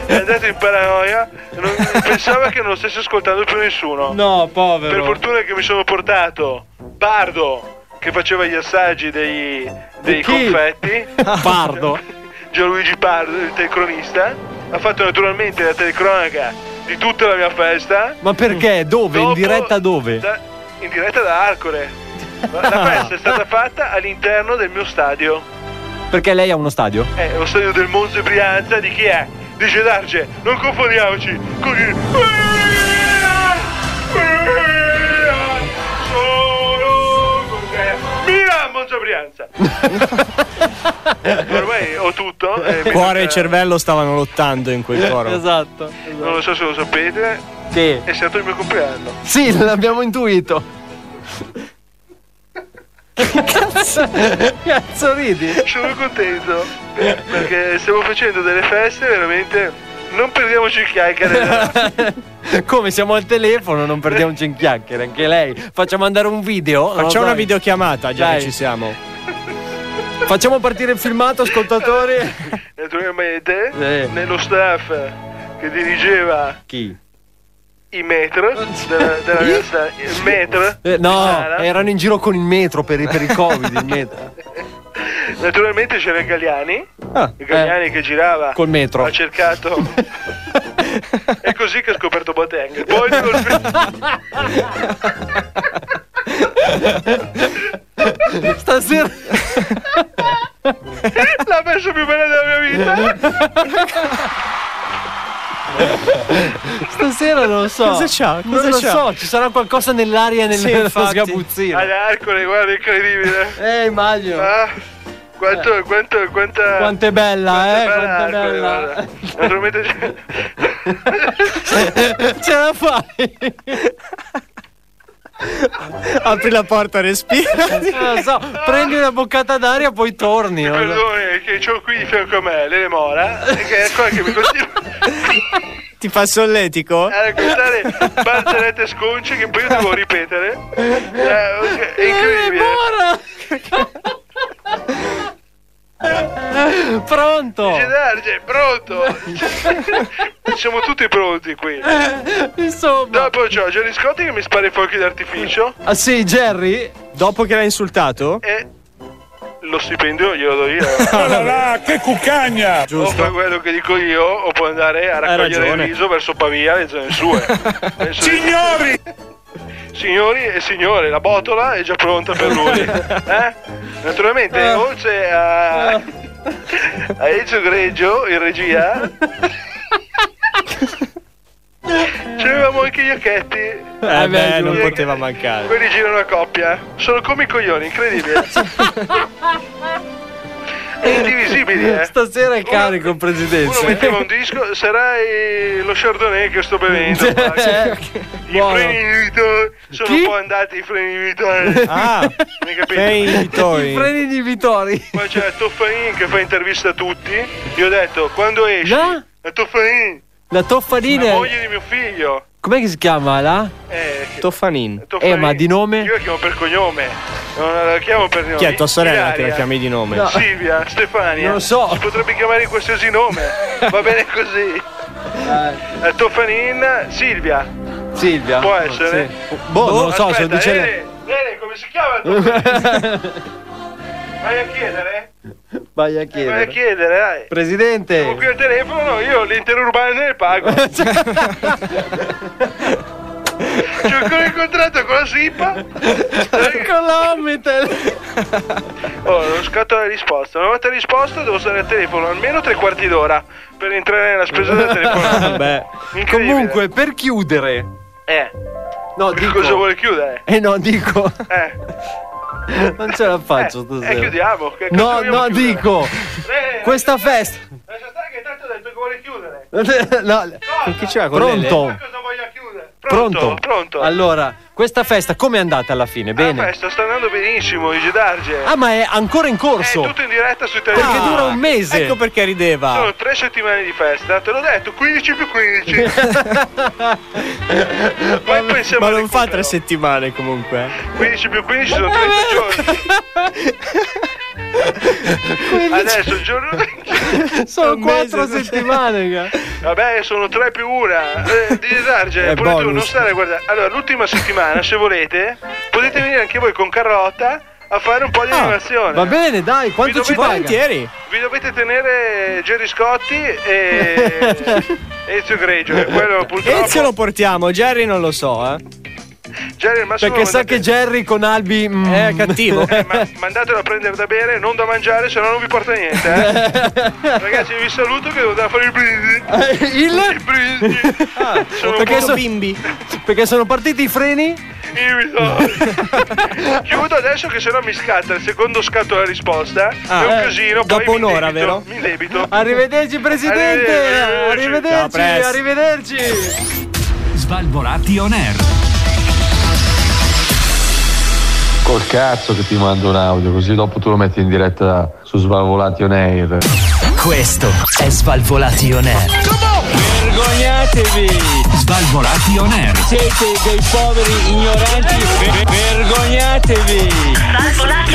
S9: è andato in paranoia, non- pensava che non lo stesse ascoltando più nessuno.
S10: No,
S9: Per
S10: povero.
S9: fortuna che mi sono portato Bardo, che faceva gli assaggi dei, dei
S10: Di chi?
S9: confetti.
S10: Pardo.
S9: Gianluigi Pardo, il telecronista, ha fatto naturalmente la telecronaca di tutta la mia festa.
S10: Ma perché? Dove? In
S9: Dopo-
S10: diretta dove?
S9: da- in diretta da Arcore. La la festa è stata fatta all'interno del mio stadio.
S14: Perché lei ha uno stadio?
S9: È lo stadio del Monza e Brianza di chi è? Dice Darge, non confondiamoci con il... Solo con te. Milan Monza Brianza. Ormai ho tutto. eh, mi
S14: Cuore e
S9: tocca-
S14: cervello stavano lottando in quel coro.
S10: Esatto.
S9: Non lo so se lo sapete. È stato il mio compleanno.
S10: Sì, l'abbiamo intuito. Cazzo, cazzo ridi?
S9: Sono contento eh, perché stiamo facendo delle feste veramente. Non perdiamoci il chiacchiere.
S10: Come siamo al telefono, non perdiamoci in chiacchiere, anche lei. Facciamo andare un video. Non lo so.
S14: Facciamo una videochiamata, già
S10: Dai.
S14: che ci siamo.
S10: Facciamo partire il filmato, ascoltatori.
S9: Naturalmente, nello staff che dirigeva
S10: Eh. Chi?
S9: i metro della, della
S10: Chi?
S9: mia sta- il metro
S10: Eh, no,
S9: di Sara.
S10: erano in giro con il metro per, i- per il Covid, il metro.
S9: naturalmente c'era il Gagliani. il
S10: Eh,
S9: Gagliani che girava
S10: Col metro.
S9: Ha cercato. È così che ho scoperto Boateng. Poi
S10: Stasera
S9: l'ha messo più bella della mia vita.
S10: Stasera non lo so.
S9: Cosa c'ha? Cosa
S10: non lo
S9: c'ha?
S10: so, ci sarà qualcosa nell'aria e nel,
S9: Sì,
S10: nello
S9: infatti.
S10: sgabuzzino.
S9: Ad Arcole, guarda, incredibile.
S10: Eh, immagino.
S9: Ah, quanto, quanto, quanta.
S10: Eh. Quanto è bella, eh, quanto è
S9: Arcole,
S10: bella.
S9: guarda. Naturalmente c'è-
S14: Ce la fai? Apri la porta, respira.
S10: Non lo so, prendi una boccata d'aria poi torni. non lo so.
S9: Perdone, che c'ho qui di fianco a me, Lele Mora, che è qua che mi continua
S14: Ti fa solletico?
S23: Eh,
S9: a raccontare barzellette sconce che poi io devo ripetere. Eh, ok, È incredibile.
S10: boh. Pronto?
S9: Dice Darge, pronto! Siamo tutti pronti qui.
S10: Insomma.
S9: Dopo c'ho Gianni Scotti che mi spara i fuochi d'artificio
S10: Ah sì,
S9: Eh,
S10: Jerry?
S14: Dopo che l'ha insultato?
S9: e lo stipendio glielo do io.
S24: Ah, che cuccagna!
S9: O fa quello che dico io, o può andare a raccogliere il
S24: ragione.
S9: riso verso Pavia, le zone sue. Signori! Signori e signore, la botola è già pronta per lui. Eh? Naturalmente,
S24: Ah.
S9: oltre a, a Ezio Greggio in regia, c'avevamo anche gli occhetti.
S14: Eh beh, non
S9: Gli-
S14: poteva mancare.
S9: Quelli girano a coppia. Sono come i coglioni, incredibile. È indivisibili, eh.
S10: Stasera è carico,
S9: Uno
S10: presidente.
S9: metteva un disco, sarà eh, lo Chardonnay che sto bevendo. qua.
S10: Eh,
S9: I freni inibitori sono un po' andati i eh. freni inibitori.
S14: Ah,
S9: Mi capite?
S14: Freni inibitori.
S10: Freni inibitori.
S9: Poi c'è la Toffanin che fa intervista a tutti. Gli ho detto, quando esci?
S10: La?
S9: La Toffanin,
S10: La
S9: la
S10: Toffanina.
S9: moglie di mio figlio.
S10: Com'è che si chiama la?
S9: Eh, che-
S14: Toffanin.
S10: Eh, ma di nome?
S9: Io la chiamo per cognome. Non la chiamo per nome.
S14: Chi è tua sorella che
S9: Ilaria,
S14: la chiami di nome?
S10: No.
S9: Silvia, Stefania.
S10: Non lo so.
S9: Si potrebbe chiamare qualsiasi nome. Va bene così. Eh, Toffanin, Silvia.
S10: Silvia.
S9: Può essere?
S10: Sì. Boh, non lo so, se lo
S9: Aspetta, eh.
S10: dice lei.
S9: Lele, Lele, come si chiama il Toffanin? Vai a chiedere?
S10: Vai a
S9: Vai a
S10: chiedere.
S9: chiedere, dai. Siamo qui
S10: Presidente.
S9: al telefono, no, io l'interurbano ne pago.
S10: Cioè.
S23: Cioè,
S9: C'ho ancora il contratto con la SIPA.
S10: Con l'Omitel.
S9: Ho
S23: Allora, Oh, non scatto la risposta. Una volta risposto devo stare al telefono almeno tre quarti d'ora per entrare nella spesa del telefono.
S14: Vabbè.
S23: Incredibile.
S14: Comunque, per chiudere.
S23: Eh.
S14: No,
S23: Che
S14: dico-
S23: Cosa vuole chiudere?
S10: Eh no, dico. Non ce la faccio
S23: Eh,
S10: stasera.
S23: eh, chiudiamo, che cosa
S10: no,
S23: vogliamo
S10: no,
S23: chiudere? Eh,
S10: dico. Questa festa. no,
S14: chi c'è con
S10: Pronto?
S14: lei?
S10: Pronto?
S23: Pronto?
S10: Allora, questa festa com'è andata alla fine?
S23: La
S10: Bene.
S23: festa sta andando benissimo, Luigi Darge.
S10: Ah, ma è ancora in corso.
S23: È tutto Ah, ecco, in diretta su
S10: Perché
S23: televisione.
S10: dura un mese. perché
S23: Sono tre settimane di festa, te l'ho detto, 15 più 15. Poi pensiamo
S14: Ma non fa tre settimane comunque.
S23: 15 più 15 sono 30 giorni. Adesso il giorno
S10: Sono quattro
S23: mese,
S10: settimane, raga.
S23: Vabbè, sono 3 più 1. Eh, di Darge,
S10: È
S23: pure tu
S10: bonus.
S23: non stare a guardare. Allora, l'ultima settimana, se volete, potete venire anche voi con Carlotta a fare un po'
S14: Ah.
S23: di animazione.
S10: Va bene, dai, quanto
S23: Vi
S10: ci
S23: dovete-
S10: paga?
S23: Vi dovete tenere Jerry Scotti e Ezio Greggio, che quello purtroppo
S14: Ezio lo portiamo, Jerry non lo so, eh.
S23: Jerry al massimo
S10: Perché sa che Jerry con Albi mm,
S23: Eh,
S10: è cattivo.
S23: mandatelo a prendere da bere, non da mangiare, se no non vi porta niente. eh. Ragazzi, vi saluto che devo andare a fare il
S10: Eh,
S23: brindisi.
S10: Il?
S23: brindisi. sono
S10: perché,
S23: un po'
S10: so- perché sono partiti i freni?
S23: Io mi so- Chiudo adesso che sennò mi scatta il secondo scatto la risposta.
S10: Ah,
S23: è un
S10: eh,
S23: casino.
S10: dopo
S23: poi
S10: un'ora,
S23: mi debito,
S10: vero?
S23: Mi debito.
S10: Arrivederci presidente, arrivederci,
S23: Ciao,
S10: arrivederci.
S8: Svalvolati on air.
S25: Col cazzo che ti mando un audio, così dopo tu lo metti in diretta su Svalvolati on Air.
S8: Questo è Svalvolati on air.
S2: Vergognatevi!
S8: Svalvolati on air.
S2: Siete dei poveri ignoranti! vergognatevi!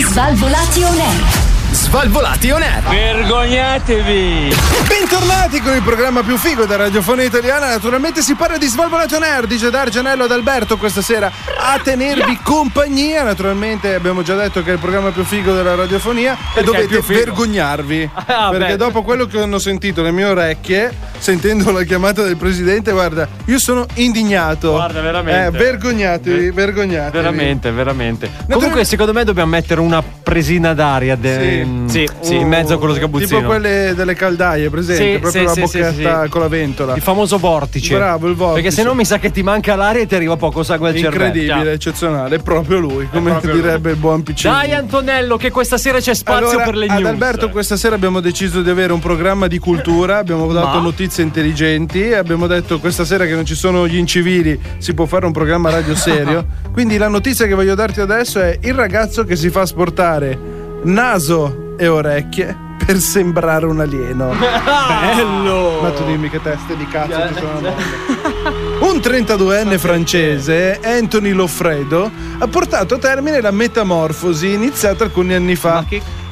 S12: Svalvolati on air.
S8: Svalvolati on air.
S2: Vergognatevi!
S9: Bentornati con il programma più figo della radiofonia italiana. Naturalmente si parla di Svalvolato Nerd, dice Dargenello ad Alberto questa sera a tenervi compagnia. Naturalmente abbiamo già detto che è il programma più figo della radiofonia
S10: Perché è
S9: e dovete
S10: più figo.
S9: vergognarvi.
S10: Ah,
S9: perché
S10: beh.
S9: dopo quello che hanno sentito le mie orecchie, sentendo la chiamata del presidente, guarda, io sono indignato.
S10: Guarda, veramente.
S9: Eh, vergognatevi, vergognatevi.
S10: Veramente, veramente. Comunque, secondo me dobbiamo mettere una presina d'aria de- mm, in mezzo a quello sgabuzzino.
S9: Tipo quelle delle caldaie, presente,
S10: Sì,
S9: proprio
S10: sì,
S9: la
S10: sì, sì,
S9: bocchetta
S10: sì.
S9: con la ventola.
S10: Il famoso vortice.
S9: Bravo, il vortice.
S10: Perché se no mi sa che ti manca l'aria e ti arriva poco sangue al cervello.
S9: Incredibile, eccezionale, è proprio lui, come
S10: proprio
S9: direbbe il buon piccino.
S10: Dai Antonello che questa sera c'è spazio
S9: Allora,
S10: per le
S9: ad
S10: news.
S9: Alberto questa sera abbiamo deciso di avere un programma di cultura, abbiamo dato
S10: Ma?
S9: notizie intelligenti, abbiamo detto questa sera che non ci sono gli incivili, si può fare un programma radio serio. Quindi la notizia che voglio darti adesso è il ragazzo che si fa sportare naso e orecchie per sembrare un alieno.
S10: Bello!
S9: Ma tu dimmi che teste di cazzo ci sono al mondo. Un 32enne francese, Anthony Loffredo, ha portato a termine la metamorfosi iniziata alcuni anni fa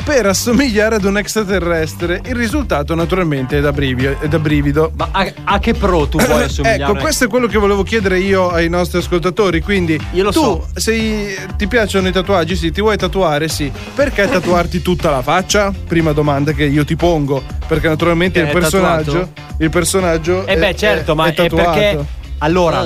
S9: per assomigliare ad un extraterrestre. Il risultato, naturalmente, è da, brivio- è da brivido.
S10: Ma a, a che pro tu vuoi assomigliare?
S9: Ecco, questo è quello che volevo chiedere io ai nostri ascoltatori. Quindi, tu, sei- ti piacciono i tatuaggi? Sì, ti vuoi tatuare? Sì. Perché tatuarti tutta la faccia? Prima domanda che io ti pongo. Perché naturalmente
S10: Perché
S9: il
S10: Eh, è
S9: personaggio.
S10: tatuato?
S9: Il personaggio.
S10: Eh
S9: è-
S10: beh, certo,
S9: è-
S10: ma
S9: è
S10: è,
S9: tatuato.
S10: perché allora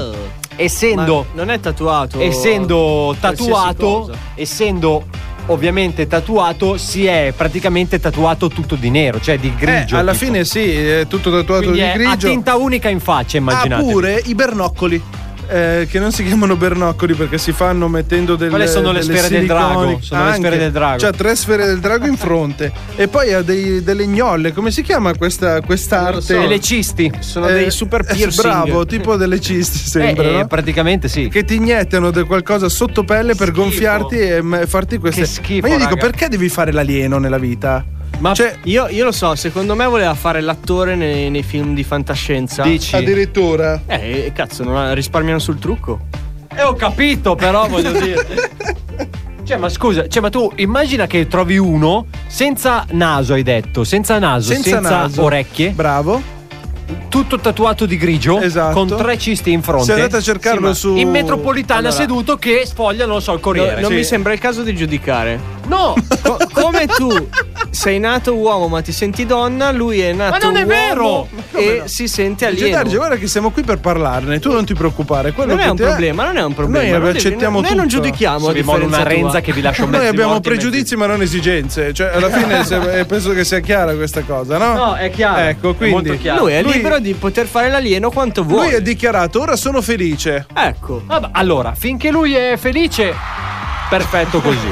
S10: essendo
S14: Oh, Ma non è tatuato.
S10: essendo
S14: qualsiasi
S10: tatuato,
S14: cosa.
S10: essendo ovviamente tatuato, si è praticamente tatuato tutto di nero, cioè di
S9: Eh,
S10: grigio.
S9: alla
S10: tipo.
S9: fine sì, è tutto tatuato
S10: Quindi
S9: di
S10: è
S9: grigio.
S10: a tinta unica in faccia,
S9: ha
S10: immaginate.
S9: Ah, pure i bernoccoli. eh, che non si chiamano bernoccoli perché si fanno mettendo delle
S10: Quelle sono le
S9: delle
S10: sfere del
S9: siliconi.
S10: drago, sono le
S9: Anche.
S10: sfere del drago.
S9: Cioè, tre sfere del drago in fronte. e poi ha dei- delle gnolle. Come si chiama questa, quest'arte?
S10: so. Delle cisti. Sono dei super
S9: eh,
S10: piercing.
S9: Bravo, tipo delle cisti sembra.
S10: Eh,
S9: no?
S10: praticamente sì.
S9: Che ti iniettano del qualcosa sotto pelle per gonfiarti e mm, farti queste.
S14: Che schifo,
S9: Ma io dico,
S14: raga.
S9: perché devi fare l'alieno nella vita?
S14: Ma
S9: cioè,
S14: io, io lo so, secondo me voleva fare l'attore nei, nei film di fantascienza.
S9: Dici? Addirittura.
S14: Eh, cazzo, non ha- risparmiano sul trucco.
S10: E Eh, ho capito, però voglio dire. Cioè, ma scusa, cioè, ma tu immagina che trovi uno senza naso, hai detto, senza naso, senza,
S9: Senza naso.
S10: orecchie.
S9: Bravo.
S10: Tutto tatuato di grigio,
S9: Esatto.
S10: con tre cisti in fronte.
S9: Se andate a cercarlo
S10: ma
S9: su-
S10: In metropolitana
S14: Allora.
S10: seduto che sfoglia, non lo so, il
S14: No,
S10: corriere. Oh.
S14: non mi sembra il caso di giudicare.
S10: No,
S14: Co- come tu sei nato uomo ma ti senti donna, lui è nato
S9: non è
S14: uomo
S9: vero! Ma come
S14: e
S9: no?
S14: si sente
S9: Dice,
S14: alieno.
S9: Darge, guarda che siamo qui per parlarne, tu non ti preoccupare. Quello
S14: Non è
S9: che
S14: un
S9: ti-
S14: problema, non è un problema.
S9: Noi
S14: Non devi-
S9: accettiamo
S14: noi
S9: tutto.
S14: non giudichiamo, a Sì, ma differenza una tua. renza che vi lascia mezzi
S9: Noi abbiamo
S14: morti e mezzi- Esatto.
S9: pregiudizi ma non esigenze. Cioè, alla fine se- eh, penso che sia chiara questa cosa, no?
S14: No, è chiaro.
S9: Ecco,
S14: È
S9: quindi
S14: molto chiaro. Lui è libero di poter fare l'alieno quanto vuole.
S9: Lui ha dichiarato "Ora sono felice".
S14: Ecco.
S10: Vabbè, allora, finché lui è felice, perfetto così.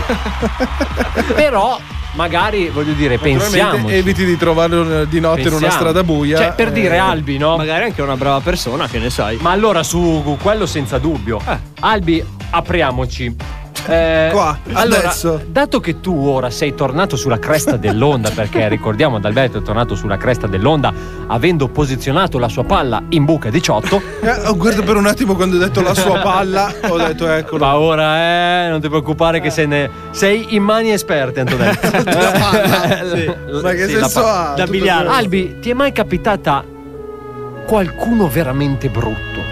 S10: Però, magari, voglio dire, pensiamo.
S9: Naturalmente eviti di trovarlo eh, di notte in una
S10: Pensiamo.
S9: strada buia.
S10: Cioè, per dire
S9: eh,
S10: Albi, no? Magari
S14: anche una brava persona, che ne sai.
S10: Ma allora su quello senza dubbio. Albi, apriamoci. Eh,
S9: Qua,
S10: allora,
S9: adesso.
S10: dato che tu ora sei tornato sulla cresta dell'onda, perché ricordiamo Adalberto è tornato sulla cresta dell'onda avendo posizionato la sua palla in buca 18.
S9: Eh, oh, guarda per un attimo quando ho detto la sua palla, ho detto "Ecco, eccolo.
S10: Ma ora eh, non ti preoccupare che se ne sei in mani esperte, Antonello.
S9: Ma che
S10: Sì, la
S9: senso
S10: pa-
S9: ha?
S10: da
S9: tutto
S10: biliardo.
S9: questo?
S10: Albi, ti è mai capitata qualcuno veramente brutto?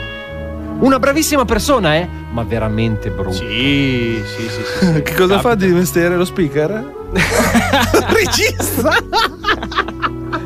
S10: Una bravissima persona, eh? Ma veramente brutto.
S14: Sì, sì, sì.
S9: Che cosa fa di mestiere lo speaker?
S10: Regista!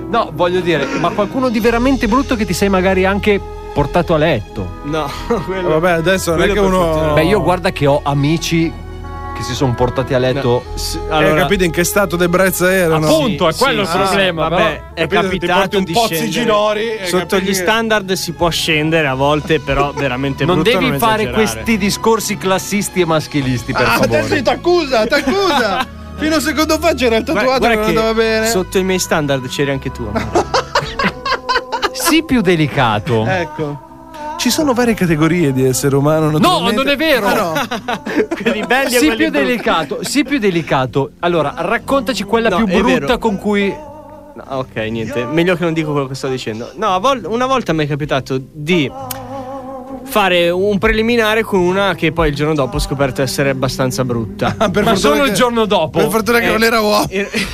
S10: no, voglio dire, ma qualcuno di veramente brutto che ti sei magari anche portato a letto.
S14: No, quello.
S9: Vabbè, adesso non è che uno.
S10: Beh, io guarda che ho amici che si sono portati a letto.
S9: Allora... Hai Eh, capito in che stato debrezza erano?
S10: Appunto, è quello il problema,
S14: Vabbè,
S10: però. Capito, ti
S14: è
S10: porti
S14: capitato
S10: un
S14: di
S10: Pozzi
S14: scendere.
S10: Ginori
S9: eh,
S10: e
S14: Sotto
S10: capisci
S14: gli
S10: che-
S14: standard si può scendere a volte, però veramente
S10: Non
S14: brutto
S10: devi
S14: non
S10: fare
S14: esagerare.
S10: questi discorsi classisti e maschilisti,
S14: Ah,
S10: per favore.
S9: t'accusa, t'accusa. Fino a secondo fa c'era il
S14: Guarda- guarda che Sotto i miei standard c'eri anche tu. amore.
S10: Sii più delicato.
S14: Eh.
S9: Ecco. Ci sono varie categorie di essere umano.
S10: No,
S9: naturalmente.
S10: non è vero.
S9: Ah, no.
S14: Quelli belli e
S10: Sii
S14: quelli
S10: più
S14: brutti.
S10: delicato, sii più delicato. Allora, raccontaci quella
S14: No,
S10: più
S14: è
S10: brutta
S14: vero.
S10: con cui
S14: No, ok, niente. Meglio che non dico quello che sto dicendo. No, a vol- una volta mi è capitato di fare un preliminare con una che poi il giorno dopo ho scoperto essere abbastanza brutta.
S9: per fortuna
S14: Ma solo
S9: che-
S14: il giorno dopo.
S9: per fortuna che non era uomo.
S14: e- Eh,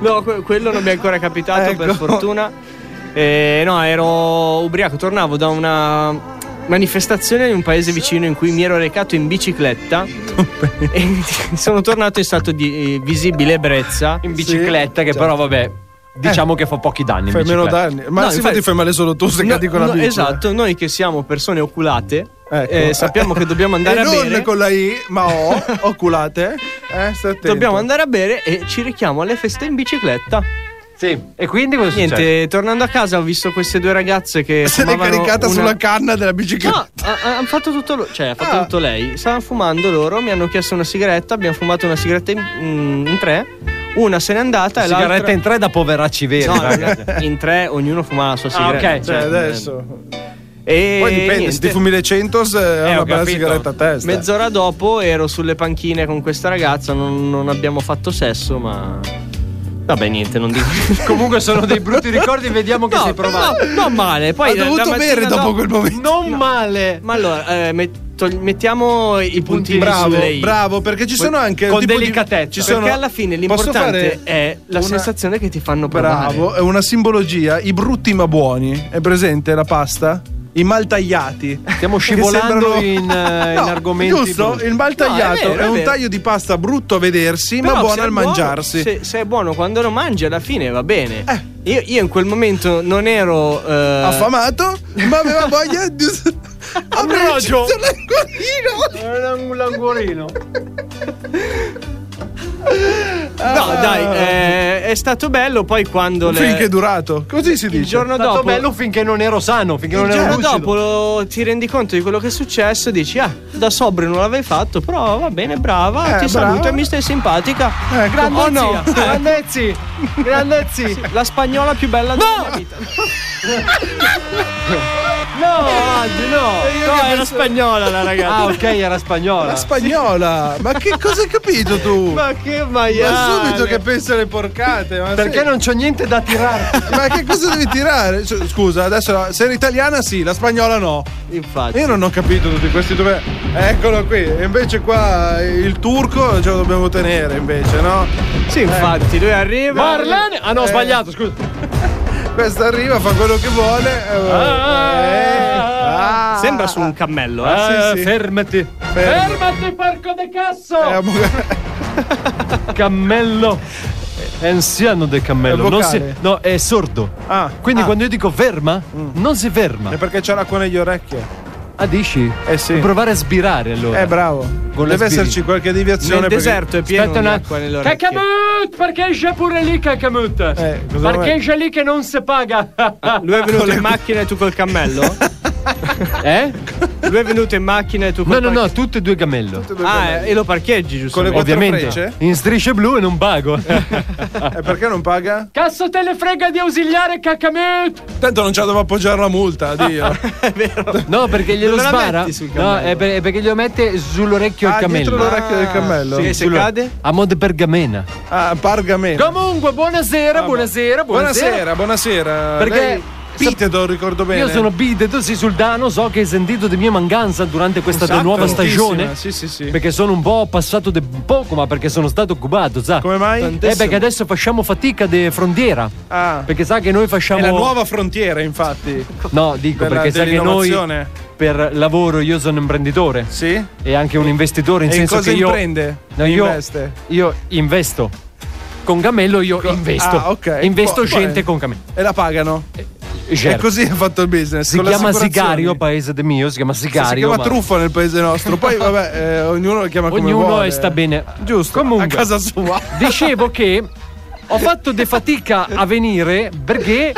S14: no, que- quello non mi è ancora capitato, per
S9: Ecco.
S14: fortuna. Eh, no, ero ubriaco, tornavo da una manifestazione in un paese vicino in cui mi ero recato in bicicletta e sono tornato in stato di eh, visibile ebbrezza
S10: in bicicletta, che però vabbè,
S14: Eh.
S10: diciamo che fa pochi danni. in
S9: Fai meno
S10: bicicletta.
S9: danni. Ma sì, infatti fai male solo tu se
S14: No,
S9: cadi con la
S14: no,
S9: bici. eh.
S14: Esatto, noi che siamo persone oculate,
S9: Ecco.
S14: eh, sappiamo che dobbiamo andare
S9: E
S14: a
S9: non
S14: bere.
S9: con la I, ma O, oculate. Eh, stai attento.
S14: Dobbiamo andare a bere e ci rechiamo alle feste in bicicletta.
S10: Sì, e quindi cosa
S14: Niente,
S10: succede?
S14: tornando a casa ho visto queste due ragazze che.
S9: Se l'è
S14: fumavano
S9: caricata
S14: una- Ah,
S9: sulla canna della bicicletta.
S14: No, ha- hanno fatto tutto lo- cioè, ha fatto tutto lei. Stavano fumando loro, mi hanno chiesto una sigaretta, abbiamo fumato una sigaretta in, mm, in- in tre. Una se n'è andata e
S10: Sigaretta
S14: l'altra.
S10: in tre da poveracci veri,
S14: No,
S10: ragazzi.
S14: in tre ognuno fuma la sua
S10: Ah, ok.
S14: sigaretta.
S9: Cioè,
S14: cioè,
S9: adesso.
S14: E
S9: Poi dipende, se
S14: niente.
S9: ti fumi le 100 è
S14: Eh,
S9: una
S14: ho
S9: bella
S14: capito.
S9: sigaretta a testa.
S14: Mezz'ora dopo ero sulle panchine con questa ragazza, non, non abbiamo fatto sesso, ma. Vabbè, niente, non dico.
S10: Comunque sono dei brutti ricordi,
S9: Diciamo
S10: vediamo che
S14: No,
S10: sei provato.
S14: no, non male. Poi
S9: Ha
S14: la- la
S9: dovuto
S14: mattina
S9: bere dopo quel momento.
S10: Non male.
S14: Ma allora, eh, met- togli- mettiamo i puntini
S9: Bravo,
S14: sulle i.
S9: bravo, perché ci
S14: Poi-
S9: sono anche
S10: con
S9: un tipo di-
S10: delicatezza.
S9: ci sono-
S14: Perché alla fine
S9: Posso
S14: l'importante
S9: fare
S14: è la
S9: una-
S14: sensazione che ti fanno provare.
S9: Bravo, è una simbologia, i brutti ma buoni. È presente la pasta? I mal tagliati.
S10: Stiamo
S9: Che
S10: scivolando
S9: sembrano-
S10: in, eh, in
S9: No,
S10: argomenti.
S9: Giusto,
S10: brutti.
S9: il mal
S14: No, è
S9: tagliato
S14: vero,
S9: è,
S14: è
S9: un
S14: vero.
S9: taglio di pasta brutto a vedersi,
S14: Però
S9: ma
S14: se
S9: buono
S14: è
S9: al mangiarsi. Eh,
S14: Se, Eh. se è buono quando lo mangi, alla fine va bene. Io, io in quel momento non ero. eh,
S9: Affamato, ma aveva voglia di. Abbraccio
S10: brogio.
S9: l'angolino.
S10: Era un langorino.
S14: No, dai, eh, è stato bello. Poi quando. le-
S9: Finché è durato. Così si dice.
S14: il giorno
S10: Tanto
S14: dopo.
S10: bello finché non ero sano, finché
S14: Il
S10: non ero
S9: Eh,
S14: giorno
S10: lucido.
S14: dopo lo- ti rendi conto di quello che è successo e dici: Ah, da sobrio non l'avevi fatto, però va bene, brava,
S9: Eh,
S14: ti
S9: brava.
S14: saluto e mi stai simpatica.
S9: Ecco.
S14: Grande
S9: Oh,
S14: no.
S9: no.
S10: Grandezzi, grandezzi.
S14: La spagnola più bella della vita. no, oggi no. No, era spagnola la ragazza.
S10: Ah, ok, era spagnola.
S9: La spagnola, ma che cosa hai capito tu? Ma,
S14: Ma che maiale.
S9: subito che pensa alle porcate. Ma
S10: Perché
S9: sì.
S10: non c'ho niente da tirare?
S9: Ma che cosa devi tirare? Cioè, Scusa, adesso se era italiana sì, la spagnola no.
S14: Infatti.
S9: Io non ho capito tutti questi dove. Eccolo qui. E invece qua il turco ce lo dobbiamo tenere invece, no?
S14: Sì, infatti, lui arriva.
S10: Marlene! Ah no, ho
S9: Eh.
S10: sbagliato, scusa.
S9: Questo arriva, fa quello che vuole. eh, eh, ah.
S14: Sembra su un cammello, eh.
S10: Ah,
S9: sì, sì.
S10: Fermati.
S9: Fermati.
S10: Fermati, porco de cazzo.
S9: Eh, mo-
S10: Cammello. è anziano del cammello. non
S9: È vocale.
S10: si- no, è sordo. Quindi
S9: ah.
S10: quando io dico ferma, non si ferma.
S9: È perché c'ho l'acqua negli orecchi.
S10: Ah, dici?
S9: Eh sì.
S10: Devo provare a sbirare allora.
S9: Eh, bravo.
S10: Con
S9: Deve
S10: la sbirri.
S9: esserci qualche deviazione. perché-
S10: Aspetta un attimo. Cacamut, parcheggia pure lì, Cacamut.
S14: cosa
S10: parcheggia lì che non si paga.
S14: Lui è venuto in macchina e tu col cammello?
S10: eh?
S14: Lui è venuto in macchina e tu
S10: No,
S14: col
S10: no,
S14: cammello?
S10: no, tutte e due cammello.
S14: Ah, e lo parcheggi, giusto?
S10: Ovviamente. In strisce blu e non pago.
S9: Eh, perché non paga?
S10: Cazzo te le frega di ausiliare, Cacamut.
S9: Tanto non c'è dove appoggiare la multa, addio.
S10: No, perché glielo
S9: Dove la
S10: spara.
S9: metti sul
S10: No,
S9: cammello?
S10: è, per- è perché glielo mette sull'orecchio il
S9: Ah,
S10: cammello.
S9: dietro l'orecchio del cammello.
S10: Sì,
S9: E se
S10: sullo-
S9: cade?
S10: A modo pergamena.
S9: Ah, pargamento.
S10: Comunque, buonasera, buonasera, buonasera.
S9: Buonasera, buonasera.
S10: Perché-
S9: Lei- Pitedo, ricordo bene.
S10: Io sono Bide, tu sei Suldano, so che hai sentito di mia mancanza durante questa
S9: Un sacco.
S10: nuova stagione.
S9: Tantissima, Sì, sì, sì.
S10: Perché sono un po' passato di poco, ma perché sono stato occupato, sa? Come
S9: mai?
S10: Eh,
S9: Tantissimo.
S10: perché adesso facciamo fatica di frontiera.
S9: Ah.
S10: Perché sa che noi facciamo.
S9: È la nuova frontiera, infatti.
S10: No, dico
S9: della-
S10: Ecco, perché sa che noi.
S9: dell'innovazione.
S10: Per lavoro io sono imprenditore. Sì. E anche un investitore in
S9: E in
S10: senso
S9: cosa
S10: che io.
S9: imprende?
S10: No,
S9: E
S10: io,
S9: investe?
S10: io investo. Con Gamello io investo.
S9: Ah, ok.
S10: Investo
S9: Poi-
S10: gente
S9: poi-
S10: con Gamello.
S9: E la pagano?
S10: certo.
S9: E così ha fatto il business.
S10: Si
S9: con
S10: chiama
S9: l'assicurazione.
S10: Sigario, paese de mio, si chiama Sigario.
S9: Si chiama
S10: ma-
S9: truffa nel paese nostro. Poi, vabbè, eh, ognuno lo chiama come
S10: Ognuno
S9: vuole.
S10: sta bene.
S9: Giusto.
S10: Comunque,
S9: A casa sua.
S10: Dicevo che ho fatto de fatica a venire perché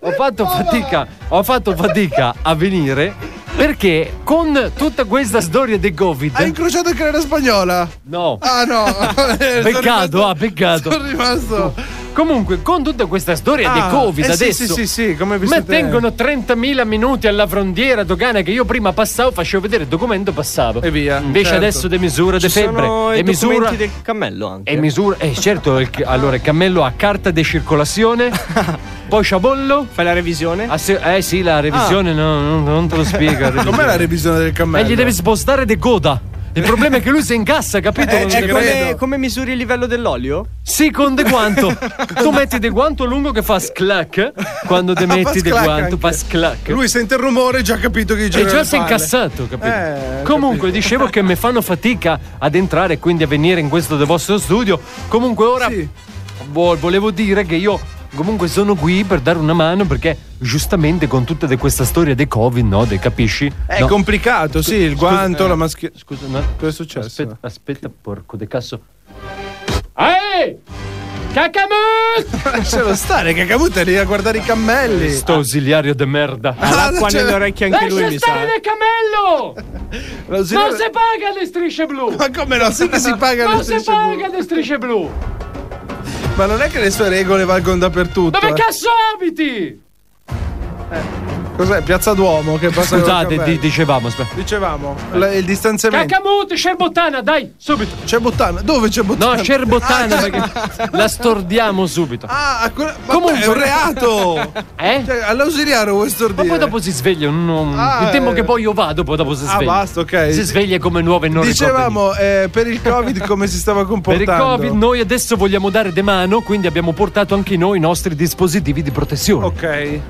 S10: ho fatto fatica, ho fatto fatica a venire perché con tutta questa storia di Covid
S9: Hai incrociato anche la spagnola?
S10: No.
S9: Ah, no.
S10: Peccato, ah, peccato.
S9: Sono rimasto.
S10: Comunque, con tutta questa storia
S9: Ah,
S10: di Covid
S9: eh sì,
S10: adesso.
S9: sì, sì, sì, come vi siete-
S10: Mantengono 30.000 minuti alla frontiera dogana che io prima passavo, facevo vedere il documento, passavo. E via. Invece
S14: certo.
S10: adesso de misura de
S14: Ci sono
S10: febbre.
S14: i
S10: e misura
S14: documenti del cammello anche.
S10: E misura. Eh, certo, il- allora il cammello ha carta di circolazione. Poi sciabollo.
S14: Fai la revisione?
S10: eh sì, la revisione no, non, non te lo spiego.
S9: Ah. Com'è la revisione del
S10: E
S9: cammello?
S10: gli devi spostare de coda. Il problema è che lui si incassa, capito?
S14: Eh,
S10: Non
S9: ecco,
S14: cioè,
S10: ne-
S14: come, come misuri il livello dell'olio?
S10: sì, con de guanto. tu metti de guanto lungo che fa sclack. Quando te
S9: Ah, fa
S10: metti de
S9: sclack
S10: guanto
S9: anche.
S10: fa sclack.
S9: Lui sente il rumore e già ha capito che gira
S10: E già
S9: le
S10: si Cioè, è
S9: palle.
S10: incassato, capito?
S9: Eh,
S10: Comunque,
S9: capito.
S10: dicevo che mi fanno fatica ad entrare e quindi a venire in questo del vostro studio. Comunque, ora vo- volevo dire che io comunque sono qui per dare una mano perché giustamente con tutta de- questa storia dei Covid, no? De, capisci?
S9: È
S10: No.
S9: complicato, sì, il
S10: Scusa,
S9: guanto,
S10: eh,
S9: la mascherina.
S10: Scusa, no.
S9: Cosa Eh, è successo?
S10: Aspetta, aspetta, porco de cazzo. Ehi! Cacamut!
S9: Lascialo stare, che è lì a guardare i cammelli. Ah,
S10: Sto ausiliario de merda.
S9: l'acqua nelle orecchie anche Ah, lui, mi sa. eh.
S10: del cammello!
S9: L'ausilio-
S10: Non si paga le strisce blu!
S9: Ma come no? Sì che si paga
S10: Non
S9: le
S10: si
S9: strisce
S10: paga le strisce blu!
S9: Ma non è che le sue regole valgono dappertutto.
S10: Dove
S9: eh.
S10: cazzo abiti?
S9: Cos'è? Piazza Duomo che passa
S10: Scusate, di- dicevamo, aspetta.
S9: Dicevamo, la- il distanziamento.
S10: Cacamut, Cerbottana, dai, subito!
S9: C'è Bottana. Dove c'è Bottana?
S10: No, Cerbottana,
S9: cioè-
S10: perché la stordiamo subito.
S9: Ah, a quella- ma Comunque... è un reato.
S10: Eh?
S9: Cioè, all'ausiliario vuoi
S10: Ma
S9: stordire.
S10: poi dopo si sveglia. non-
S9: Ah,
S10: il tempo
S9: eh.
S10: che poi io vado, poi dopo si
S9: Ah,
S10: sveglia.
S9: basta, ok.
S10: Si sveglia come nuove e non ricorda
S9: Dicevamo, eh, per il Covid come si stava
S10: Per il
S9: comportando.
S10: Covid noi adesso vogliamo dare de mano, quindi abbiamo portato anche noi i nostri dispositivi di protezione.
S9: Ok.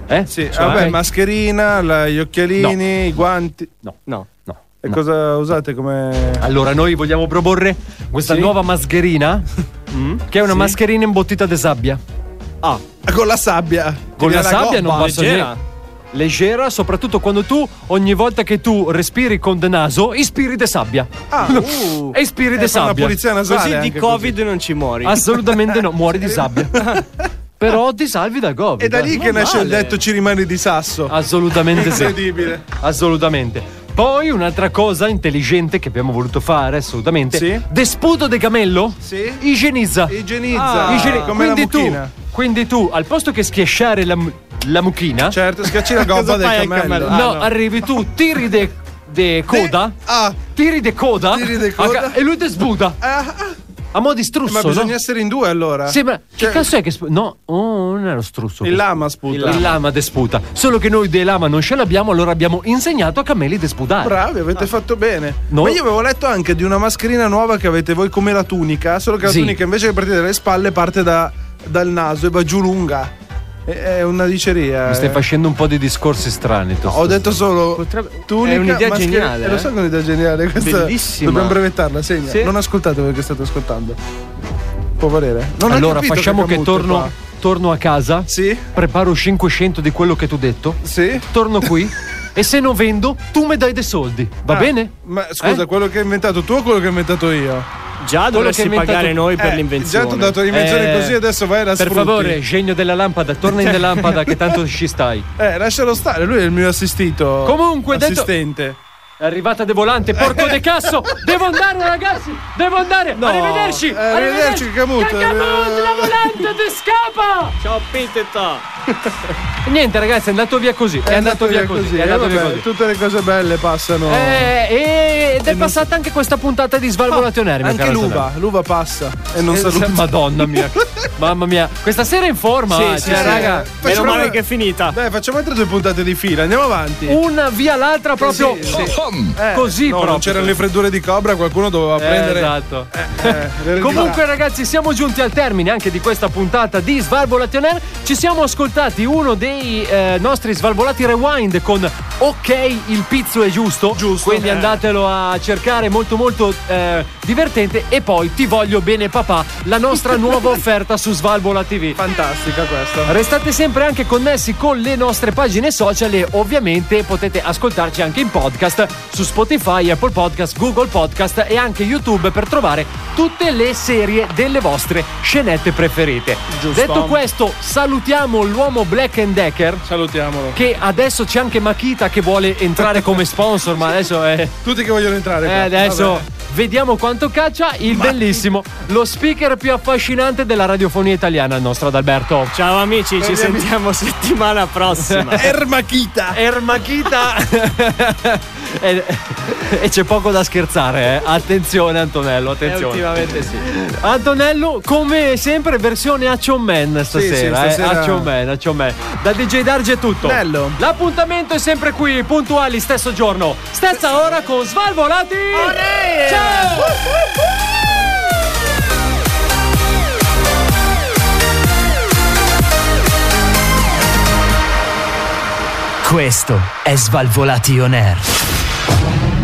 S10: Eh?
S9: Sì,
S10: Cioè,
S9: vabbè,
S10: ok.
S9: mascherina, la- gli occhialini, i guanti.
S10: No.
S14: No.
S10: No. Ah.
S9: E cosa usate come.
S10: Allora, noi vogliamo proporre questa
S9: Sì. Mm?
S10: nuova mascherina, che è una mascherina imbottita di sabbia.
S14: Ah,
S9: Con la sabbia.
S10: Con
S9: Ti
S10: la
S9: viene
S10: sabbia
S9: gobba.
S10: non passa niente. Leggera, soprattutto quando tu, ogni volta che tu respiri con il naso, ispiri de sabbia.
S9: Ah, uh.
S10: E ispiri de
S9: fa una
S10: sabbia.
S9: pulizia nasale
S14: Così di
S9: anche
S14: Covid non ci muori.
S10: Ah, Assolutamente no, muori di sabbia. Però ti salvi dal Covid.
S9: È da lì
S10: eh.
S9: che
S10: Non
S9: nasce il
S10: male.
S9: detto ci rimani di sasso.
S10: Assolutamente Ah, sì.
S9: Incredibile.
S10: Assolutamente. Poi un'altra cosa intelligente che abbiamo voluto fare, assolutamente.
S9: Sì.
S10: Desputo de camello?
S9: Sì.
S10: Igienizza.
S9: Igienizza.
S10: Igieni-
S9: come la
S10: Ah, quindi, tu,
S9: mucchina.
S10: quindi tu, al posto che schiacciare la, mu- la mucchina,
S9: Certo, schiacci la
S14: Cosa
S9: gobba del
S14: fai al
S9: cammello.
S14: cammello?
S10: no,
S14: Ah, no.
S10: arrivi tu, tiri de, de coda,
S9: Ah,
S10: tiri de coda,
S9: Tiri de coda.
S10: a ca- e lui te sbuda. A mo' di
S9: eh,
S10: strusso,
S9: ma bisogna
S10: no?
S9: essere in due allora.
S10: Sì, ma che
S9: Cioè,
S10: cazzo è che sp- No, oh, non è lo strusso.
S9: Il lama sputa.
S10: Il lama. de sputa. Solo che noi dei lama non ce l'abbiamo, allora abbiamo insegnato a cammelli de sputare.
S9: Bravi, avete fatto bene.
S10: Ah. No.
S9: Ma io avevo letto anche di una mascherina nuova che avete voi come la tunica, solo che la
S10: Sì.
S9: tunica invece che partire dalle spalle parte da- dal naso e va giù lunga. È, è una diceria.
S10: Mi stai
S9: eh.
S10: facendo un po' di discorsi strani. tu.
S9: Ho detto solo tunica,
S14: è un'idea
S9: mascherina.
S14: geniale,
S9: Eh, Lo so che è un'idea geniale questa.
S14: Bellissima.
S9: Dobbiamo brevettarla, segna.
S14: Sì.
S9: Non ascoltate voi che state ascoltando. Può valere? Non ho
S10: allora
S9: capito
S10: facciamo che,
S9: Camuto
S10: torno,
S9: qua.
S10: torno a casa. Preparo 500 di quello che tu hai detto. Torno qui. e se non vendo, tu mi dai dei soldi. Va
S9: Ah,
S10: bene? Eh?
S9: Ma scusa, quello che hai inventato tu o quello che ho inventato io?
S14: Già
S10: Quello dovresti che hai inventato- pagare noi per
S9: Eh,
S10: l'invenzione.
S9: Già ti ho dato l'invenzione
S10: Eh,
S9: così, adesso vai alla
S10: Per favore, genio della lampada, torna in lampada che tanto ci stai.
S9: Eh, lascialo stare, lui è il mio assistito.
S10: Comunque, detto-
S9: assistente.
S10: È arrivata de volante, porco de casso! Devo andare, ragazzi! Devo andare!
S9: No.
S10: Arrivederci!
S9: Eh, arrivederci, Camuto.
S10: Camuto, la volante ti scappa!
S14: Ciao, Pitetta!
S10: E Niente, ragazzi, è andato via così. È, andato, via così. È
S9: eh,
S10: andato
S9: vabbè,
S10: via così.
S9: Tutte le cose belle passano.
S10: Eh, eh, ed è passata anche questa puntata di Svalvolato Nervi.
S9: Anche l'uva, l'uva passa. E non
S10: Eh,
S9: saluta.
S10: se- Madonna mia. Mamma mia, questa sera è in forma.
S9: Sì,
S10: eh,
S9: sì,
S10: cioè,
S9: sì.
S10: raga.
S9: Facciamo una-
S10: è finita.
S9: Dai, facciamo altre due puntate di fila, andiamo avanti.
S10: Una via l'altra proprio.
S9: Eh,
S10: così
S9: no,
S10: proprio.
S9: Non c'erano le freddure di Cobra, qualcuno doveva
S10: Eh,
S9: prendere. eh,
S10: esatto.
S9: le-
S10: Comunque, ragazzi, siamo giunti al termine anche di questa puntata di Svalvolation Air. Ci siamo ascoltati uno dei eh, nostri svalvolati rewind con Ok, il pizzo è giusto. Giusto. Quindi
S9: eh.
S10: andatelo a cercare, molto, molto eh, divertente. E poi Ti voglio bene, papà, la nostra nuova offerta su Svalvola TV.
S9: Fantastica questa.
S10: Restate sempre anche connessi con le nostre pagine social e ovviamente potete ascoltarci anche in podcast su Spotify, Apple Podcast, Google Podcast e anche YouTube per trovare tutte le serie delle vostre scenette preferite.
S9: Giusto.
S10: Detto questo, salutiamo l'uomo Black and Decker.
S9: Salutiamolo.
S10: Che adesso c'è anche Makita che vuole entrare come sponsor, ma adesso è.
S9: Tutti che vogliono entrare.
S10: Eh,
S9: qua.
S10: adesso
S9: Vabbè.
S10: vediamo quanto caccia il bellissimo, lo speaker più affascinante della radiofonia italiana, il nostro Adalberto.
S14: Ciao amici, ci sentiamo settimana prossima.
S9: Ermachita.
S10: Ermachita. e, e c'è poco da scherzare, eh. Attenzione Antonello, attenzione.
S14: ultimamente sì.
S10: Antonello, come sempre, versione Action Man stasera. eh.
S9: stasera-
S10: Action Man, Action Man. Da DJ Darge è tutto.
S9: Bello.
S10: L'appuntamento è sempre qui, puntuali, stesso giorno, stessa ora con Svalvolati. Ciao!
S8: Questo è Svalvolation Air.